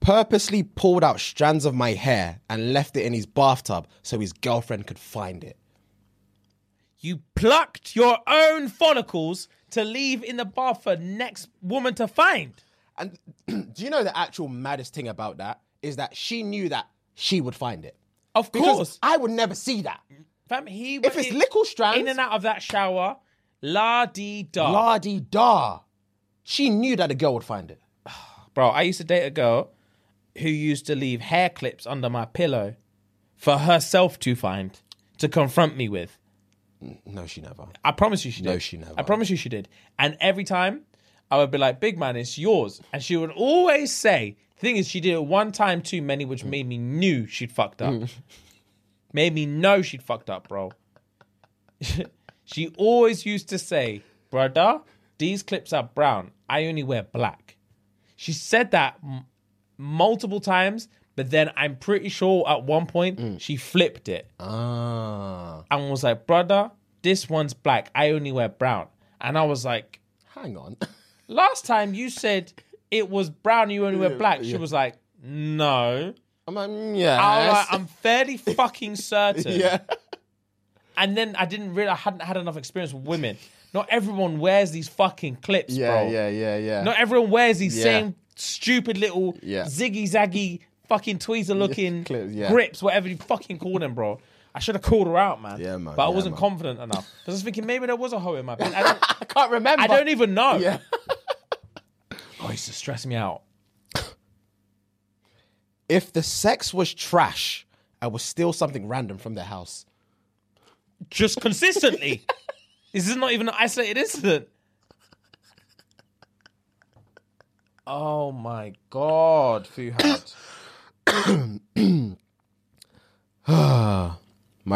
Speaker 2: Purposely pulled out strands of my hair and left it in his bathtub so his girlfriend could find it.
Speaker 1: You plucked your own follicles to leave in the bath for next woman to find.
Speaker 2: And *clears throat* do you know the actual maddest thing about that is that she knew that she would find it.
Speaker 1: Of
Speaker 2: Because
Speaker 1: course.
Speaker 2: I would never see that.
Speaker 1: Fam, he
Speaker 2: If
Speaker 1: went
Speaker 2: it's
Speaker 1: in-
Speaker 2: little strands,
Speaker 1: in and out of that shower, la di da.
Speaker 2: la di da. She knew that a girl would find it.
Speaker 1: Bro, I used to date a girl who used to leave hair clips under my pillow for herself to find, to confront me with.
Speaker 2: No, she never.
Speaker 1: I promise you she did.
Speaker 2: No, she never.
Speaker 1: I promise you she did. And every time I would be like, big man, it's yours. And she would always say, the thing is, she did it one time too many, which made me knew she'd fucked
Speaker 2: *laughs*
Speaker 1: up. made me know she'd fucked up, bro. *laughs* she always used to say, brother, these clips are brown. I only wear black. She said that m- multiple times, but then I'm pretty sure at one point
Speaker 2: Mm.
Speaker 1: she flipped it
Speaker 2: Ah.
Speaker 1: and was like, "Brother, this one's black. I only wear brown." And I was like,
Speaker 2: Hang on. *laughs*
Speaker 1: "Last time you said it was brown. You only wear black." She was like, "No."
Speaker 2: I'm like, mm, yeah.
Speaker 1: I was like, I'm fairly fucking certain.
Speaker 2: *laughs* yeah.
Speaker 1: And then I didn't realize I hadn't had enough experience with women. Not everyone wears these fucking clips,
Speaker 2: Yeah,
Speaker 1: bro.
Speaker 2: yeah, yeah, yeah.
Speaker 1: Not everyone wears these
Speaker 2: Yeah.
Speaker 1: same stupid little
Speaker 2: Yeah.
Speaker 1: ziggy zaggy fucking tweezer looking
Speaker 2: *laughs* clips, yeah.
Speaker 1: grips, whatever you fucking call them, bro. I should have called her out, man.
Speaker 2: Yeah, man,
Speaker 1: But I
Speaker 2: yeah,
Speaker 1: wasn't
Speaker 2: man.
Speaker 1: confident
Speaker 2: *laughs*
Speaker 1: enough. Because I was thinking maybe there was a hoe in my bed. I don't,
Speaker 2: I can't remember. *laughs*
Speaker 1: I don't even know.
Speaker 2: Yeah.
Speaker 1: Oh, it used to stress me out.
Speaker 2: If the sex was trash, I would steal something random from their house.
Speaker 1: Just
Speaker 2: *laughs*
Speaker 1: consistently. this is not even an isolated incident. Oh my god, Fuhad.
Speaker 2: My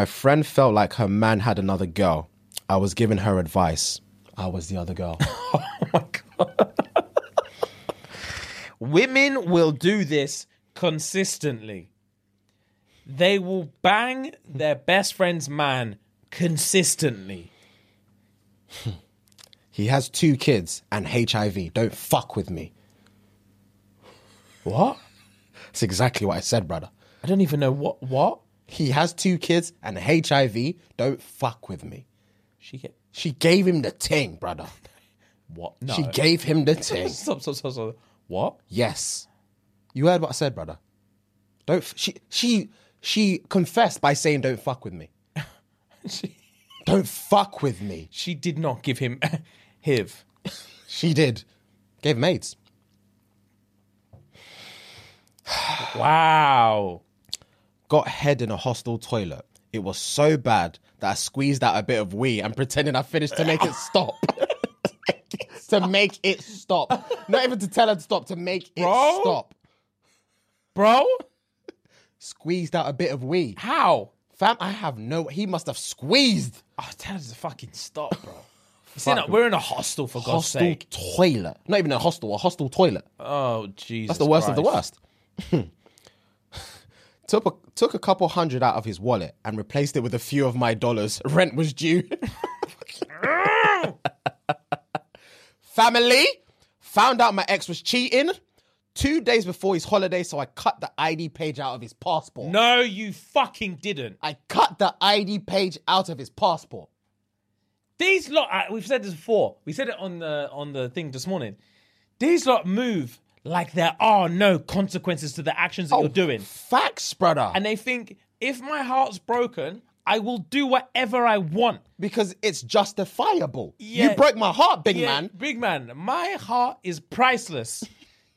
Speaker 2: friend felt like her man had another girl. I was giving her advice. I was the other *laughs* girl.
Speaker 1: Oh my god. Women will do this consistently. They will bang their best friend's man consistently.
Speaker 2: he has two kids and HIV. Don't fuck with me.
Speaker 1: What?
Speaker 2: That's exactly what I said, brother.
Speaker 1: I don't even know what what
Speaker 2: He has two kids and HIV. Don't fuck with me.
Speaker 1: she get.
Speaker 2: She gave him the ting, brother.
Speaker 1: What? No.
Speaker 2: She gave him the
Speaker 1: *laughs*
Speaker 2: ting.
Speaker 1: stop, stop, stop, stop. What? *laughs*
Speaker 2: Yes. You heard what I said, brother. Don't f- she she she confessed by saying don't fuck with me.
Speaker 1: She,
Speaker 2: Don't fuck with me.
Speaker 1: she did not give him *laughs* HIV.
Speaker 2: She did. Gave him AIDS.
Speaker 1: Wow.
Speaker 2: Got head in a hostel toilet. It was so bad that I squeezed out a bit of wee and pretended I finished to make it stop. *laughs* to make it stop. Not even to tell her to stop, to make
Speaker 1: Bro?
Speaker 2: it stop.
Speaker 1: Bro?
Speaker 2: Squeezed out a bit of wee.
Speaker 1: How?
Speaker 2: Fam, I have no he must have squeezed
Speaker 1: Oh, tell us to fucking stop,
Speaker 2: *laughs*
Speaker 1: bro. It's in a- we're in a hostel, for God's
Speaker 2: hostel
Speaker 1: sake.
Speaker 2: toilet. Not even a hostel, a hostel toilet.
Speaker 1: Oh, Jesus.
Speaker 2: That's the worst of the worst. *laughs* took a, took a couple hundred out of his wallet and replaced it with a few of my dollars. *laughs* Rent was due. Family found out my ex was cheating two days before his holiday, so I cut the ID page out of his passport.
Speaker 1: No, you fucking didn't.
Speaker 2: I cut the ID page out of his passport.
Speaker 1: These lot, I, we've said this before. We said it on the on the thing this morning. These lot move like there are no consequences to the actions
Speaker 2: Oh.
Speaker 1: that you're doing,
Speaker 2: Facts, brother.
Speaker 1: and they think if my heart's broken, I will do whatever I want.
Speaker 2: because it's justifiable.
Speaker 1: Yeah.
Speaker 2: You broke my heart, big
Speaker 1: Yeah,
Speaker 2: man.
Speaker 1: big man, my heart is priceless.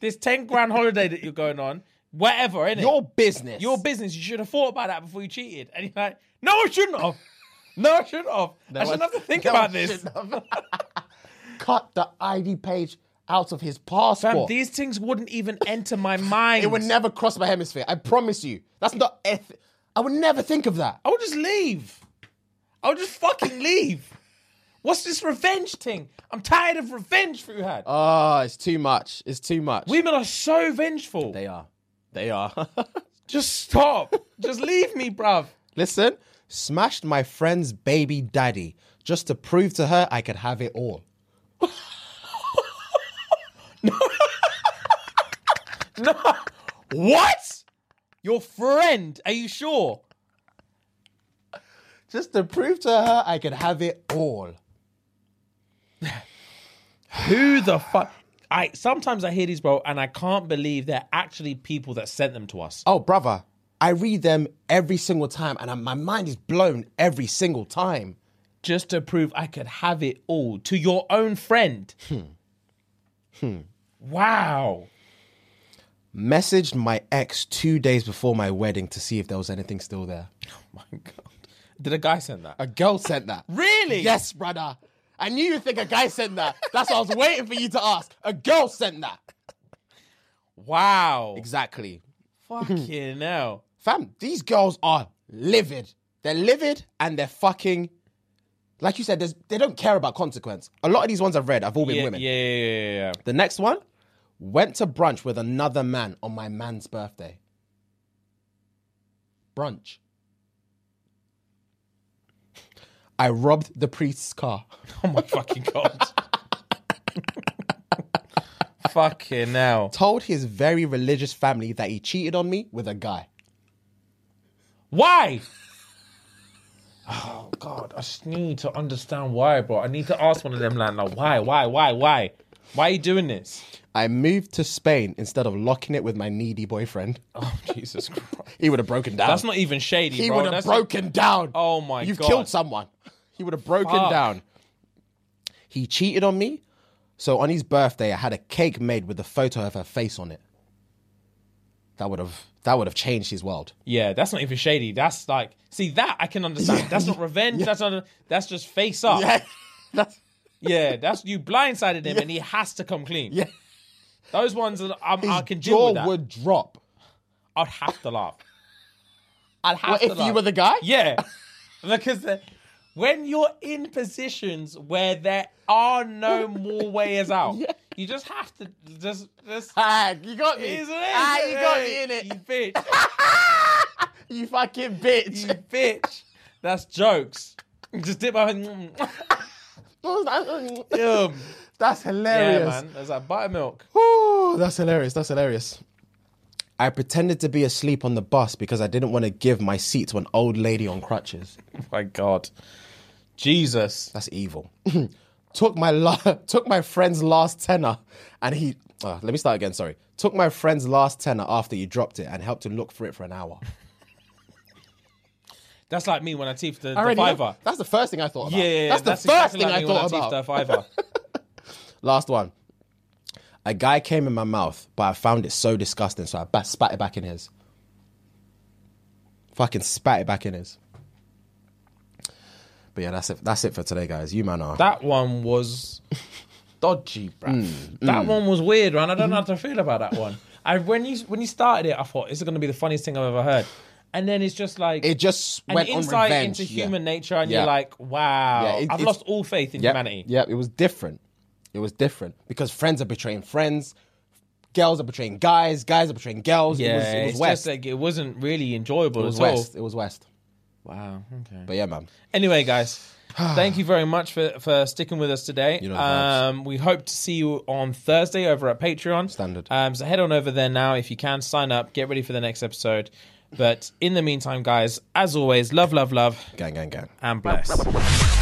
Speaker 1: this ten grand holiday that you're going on, whatever, innit?
Speaker 2: Your business.
Speaker 1: your business. You should have thought about that before you cheated. And you're like, no, I shouldn't
Speaker 2: *laughs*
Speaker 1: have. No, I shouldn't have. I shouldn't have to think
Speaker 2: No, I
Speaker 1: about this.
Speaker 2: shouldn't have. Cut the ID page out of his
Speaker 1: Fam,
Speaker 2: passport.
Speaker 1: these things wouldn't even enter my mind.
Speaker 2: it would never cross my hemisphere. I promise you. That's not eth- I would never think of that.
Speaker 1: I would just leave. I would just fucking leave. What's this revenge thing? I'm tired of revenge food had.
Speaker 2: Oh, it's too much. It's too much.
Speaker 1: Women are so vengeful.
Speaker 2: they are. They are. *laughs*
Speaker 1: just *laughs* stop. just leave me, bruv.
Speaker 2: Listen, smashed my friend's baby daddy just to prove to her I could have it all.
Speaker 1: What? Your friend? Are you sure?
Speaker 2: Just to prove to her I could have it all.
Speaker 1: Who the fuck? I sometimes I hear these, bro, and I can't believe they're actually people that sent them to us.
Speaker 2: Oh, brother, I read them every single time and I- my mind is blown every single time.
Speaker 1: just to prove I could have it all to your own friend. Hmm. Wow.
Speaker 2: Messaged my ex two days before my wedding to see if there was anything still there.
Speaker 1: Oh My God. Did a guy send that?
Speaker 2: A girl sent that.
Speaker 1: Really?
Speaker 2: Yes, brother. I knew you'd think a guy sent that. That's what I was waiting for you to ask. A girl sent that.
Speaker 1: Wow.
Speaker 2: Exactly.
Speaker 1: Fucking hell.
Speaker 2: Fam, these girls are livid. They're livid and they're fucking. Like you said, there's, they don't care about consequence. A lot of these ones I've read, I've all been
Speaker 1: Yeah,
Speaker 2: women.
Speaker 1: yeah, yeah, yeah, yeah.
Speaker 2: The next one went to brunch with another man on my man's birthday. Brunch. I robbed the
Speaker 1: *laughs*
Speaker 2: priest's car.
Speaker 1: Oh my fucking God. *laughs* fucking hell.
Speaker 2: Told his very religious family that he cheated on me with a guy.
Speaker 1: Why? Oh God, I just need to understand why, bro. I need to ask one of them, like, like, why, why, why, why? Why are you doing this?
Speaker 2: I moved to Spain instead of locking it with my needy boyfriend.
Speaker 1: *laughs* Oh
Speaker 2: *laughs*
Speaker 1: Jesus Christ!
Speaker 2: He would have broken down.
Speaker 1: That's not even shady,
Speaker 2: he
Speaker 1: bro.
Speaker 2: would have
Speaker 1: That's-
Speaker 2: broken down.
Speaker 1: Oh my
Speaker 2: You've
Speaker 1: God.
Speaker 2: killed someone. He would have broken
Speaker 1: Fuck.
Speaker 2: down. He cheated on me. So on his birthday, I had a cake made with a photo of her face on it. That would have that would have changed his world.
Speaker 1: Yeah, that's not even shady. That's like, see, that I can understand. That's *laughs* not revenge. That's not. That's just face up. Yeah,
Speaker 2: That's
Speaker 1: that's you blindsided him, and he has to come clean.
Speaker 2: Yeah.
Speaker 1: those ones that I'm, *laughs* I
Speaker 2: his
Speaker 1: can deal with.
Speaker 2: Uh, jaw
Speaker 1: That.
Speaker 2: would drop.
Speaker 1: I'd have to laugh.
Speaker 2: I'd have
Speaker 1: to
Speaker 2: if you
Speaker 1: laugh.
Speaker 2: were the guy?
Speaker 1: Yeah, *laughs* because the, when you're in positions where there are no more
Speaker 2: *laughs*
Speaker 1: ways out, you just have to just just.
Speaker 2: *laughs*
Speaker 1: *laughs*
Speaker 2: Ah, you got me.
Speaker 1: It's-
Speaker 2: Ah, you got me in it.
Speaker 1: You bitch.
Speaker 2: You fucking
Speaker 1: You
Speaker 2: bitch. *laughs*
Speaker 1: bitch. That's jokes. *laughs* Just dip my hand. Yum.
Speaker 2: *laughs* That's
Speaker 1: Yeah,
Speaker 2: hilarious.
Speaker 1: man. There's like buttermilk. Oh
Speaker 2: Whew, that's hilarious. That's hilarious. I pretended to be asleep on the bus because I didn't want to give my seat to an old lady on crutches.
Speaker 1: My God. Jesus.
Speaker 2: That's evil. *clears throat* took my la- *laughs* took my friend's last tenner, and he. ah, let me start again. Sorry. Took my friend's last tenner after you dropped it and helped him look for it for an hour.
Speaker 1: That's like me when I teeth the,
Speaker 2: I
Speaker 1: the
Speaker 2: already know-
Speaker 1: fiver.
Speaker 2: That's the first thing I thought about.
Speaker 1: Yeah, yeah, yeah.
Speaker 2: that's, the first
Speaker 1: exactly
Speaker 2: thing
Speaker 1: like me
Speaker 2: I
Speaker 1: when
Speaker 2: thought
Speaker 1: teethed
Speaker 2: about.
Speaker 1: the
Speaker 2: *laughs*
Speaker 1: fiver.
Speaker 2: Last one. A guy came in my mouth, but I found it so disgusting, so I ba- spat it back in his. Fucking spat it back in his. But yeah, that's it. That's it for today, guys. You man are.
Speaker 1: that one was dodgy, bruv.
Speaker 2: Mm,
Speaker 1: that one was weird, man. I don't know
Speaker 2: Mm-hmm.
Speaker 1: how to feel about that one. I when you when you started it, I thought this is gonna be the funniest thing I've ever heard. And then it's just like
Speaker 2: it just
Speaker 1: an
Speaker 2: went on
Speaker 1: insight
Speaker 2: revenge.
Speaker 1: into
Speaker 2: yeah.
Speaker 1: human nature, and
Speaker 2: Yeah.
Speaker 1: you're like, wow,
Speaker 2: Yeah, it-
Speaker 1: I've
Speaker 2: it's-
Speaker 1: lost all faith in
Speaker 2: Yep.
Speaker 1: humanity.
Speaker 2: Yep, it was different. It was different because friends are betraying friends, girls are betraying guys, guys are betraying girls.
Speaker 1: Yeah,
Speaker 2: it was, it was
Speaker 1: it's
Speaker 2: West.
Speaker 1: just like it wasn't really enjoyable
Speaker 2: it was
Speaker 1: at all.
Speaker 2: West. It was West.
Speaker 1: Wow. Okay.
Speaker 2: But yeah, man.
Speaker 1: Anyway,
Speaker 2: *sighs*
Speaker 1: guys, thank you very much for, for sticking with us today.
Speaker 2: know the vibes.
Speaker 1: um, we hope to see you on Thursday over at Patreon.
Speaker 2: Standard.
Speaker 1: Um, so head on over there now if you can. Sign up. Get ready for the next episode. But in the meantime, guys, as always, love, love, love,
Speaker 2: Gang, gang, gang.
Speaker 1: and bless.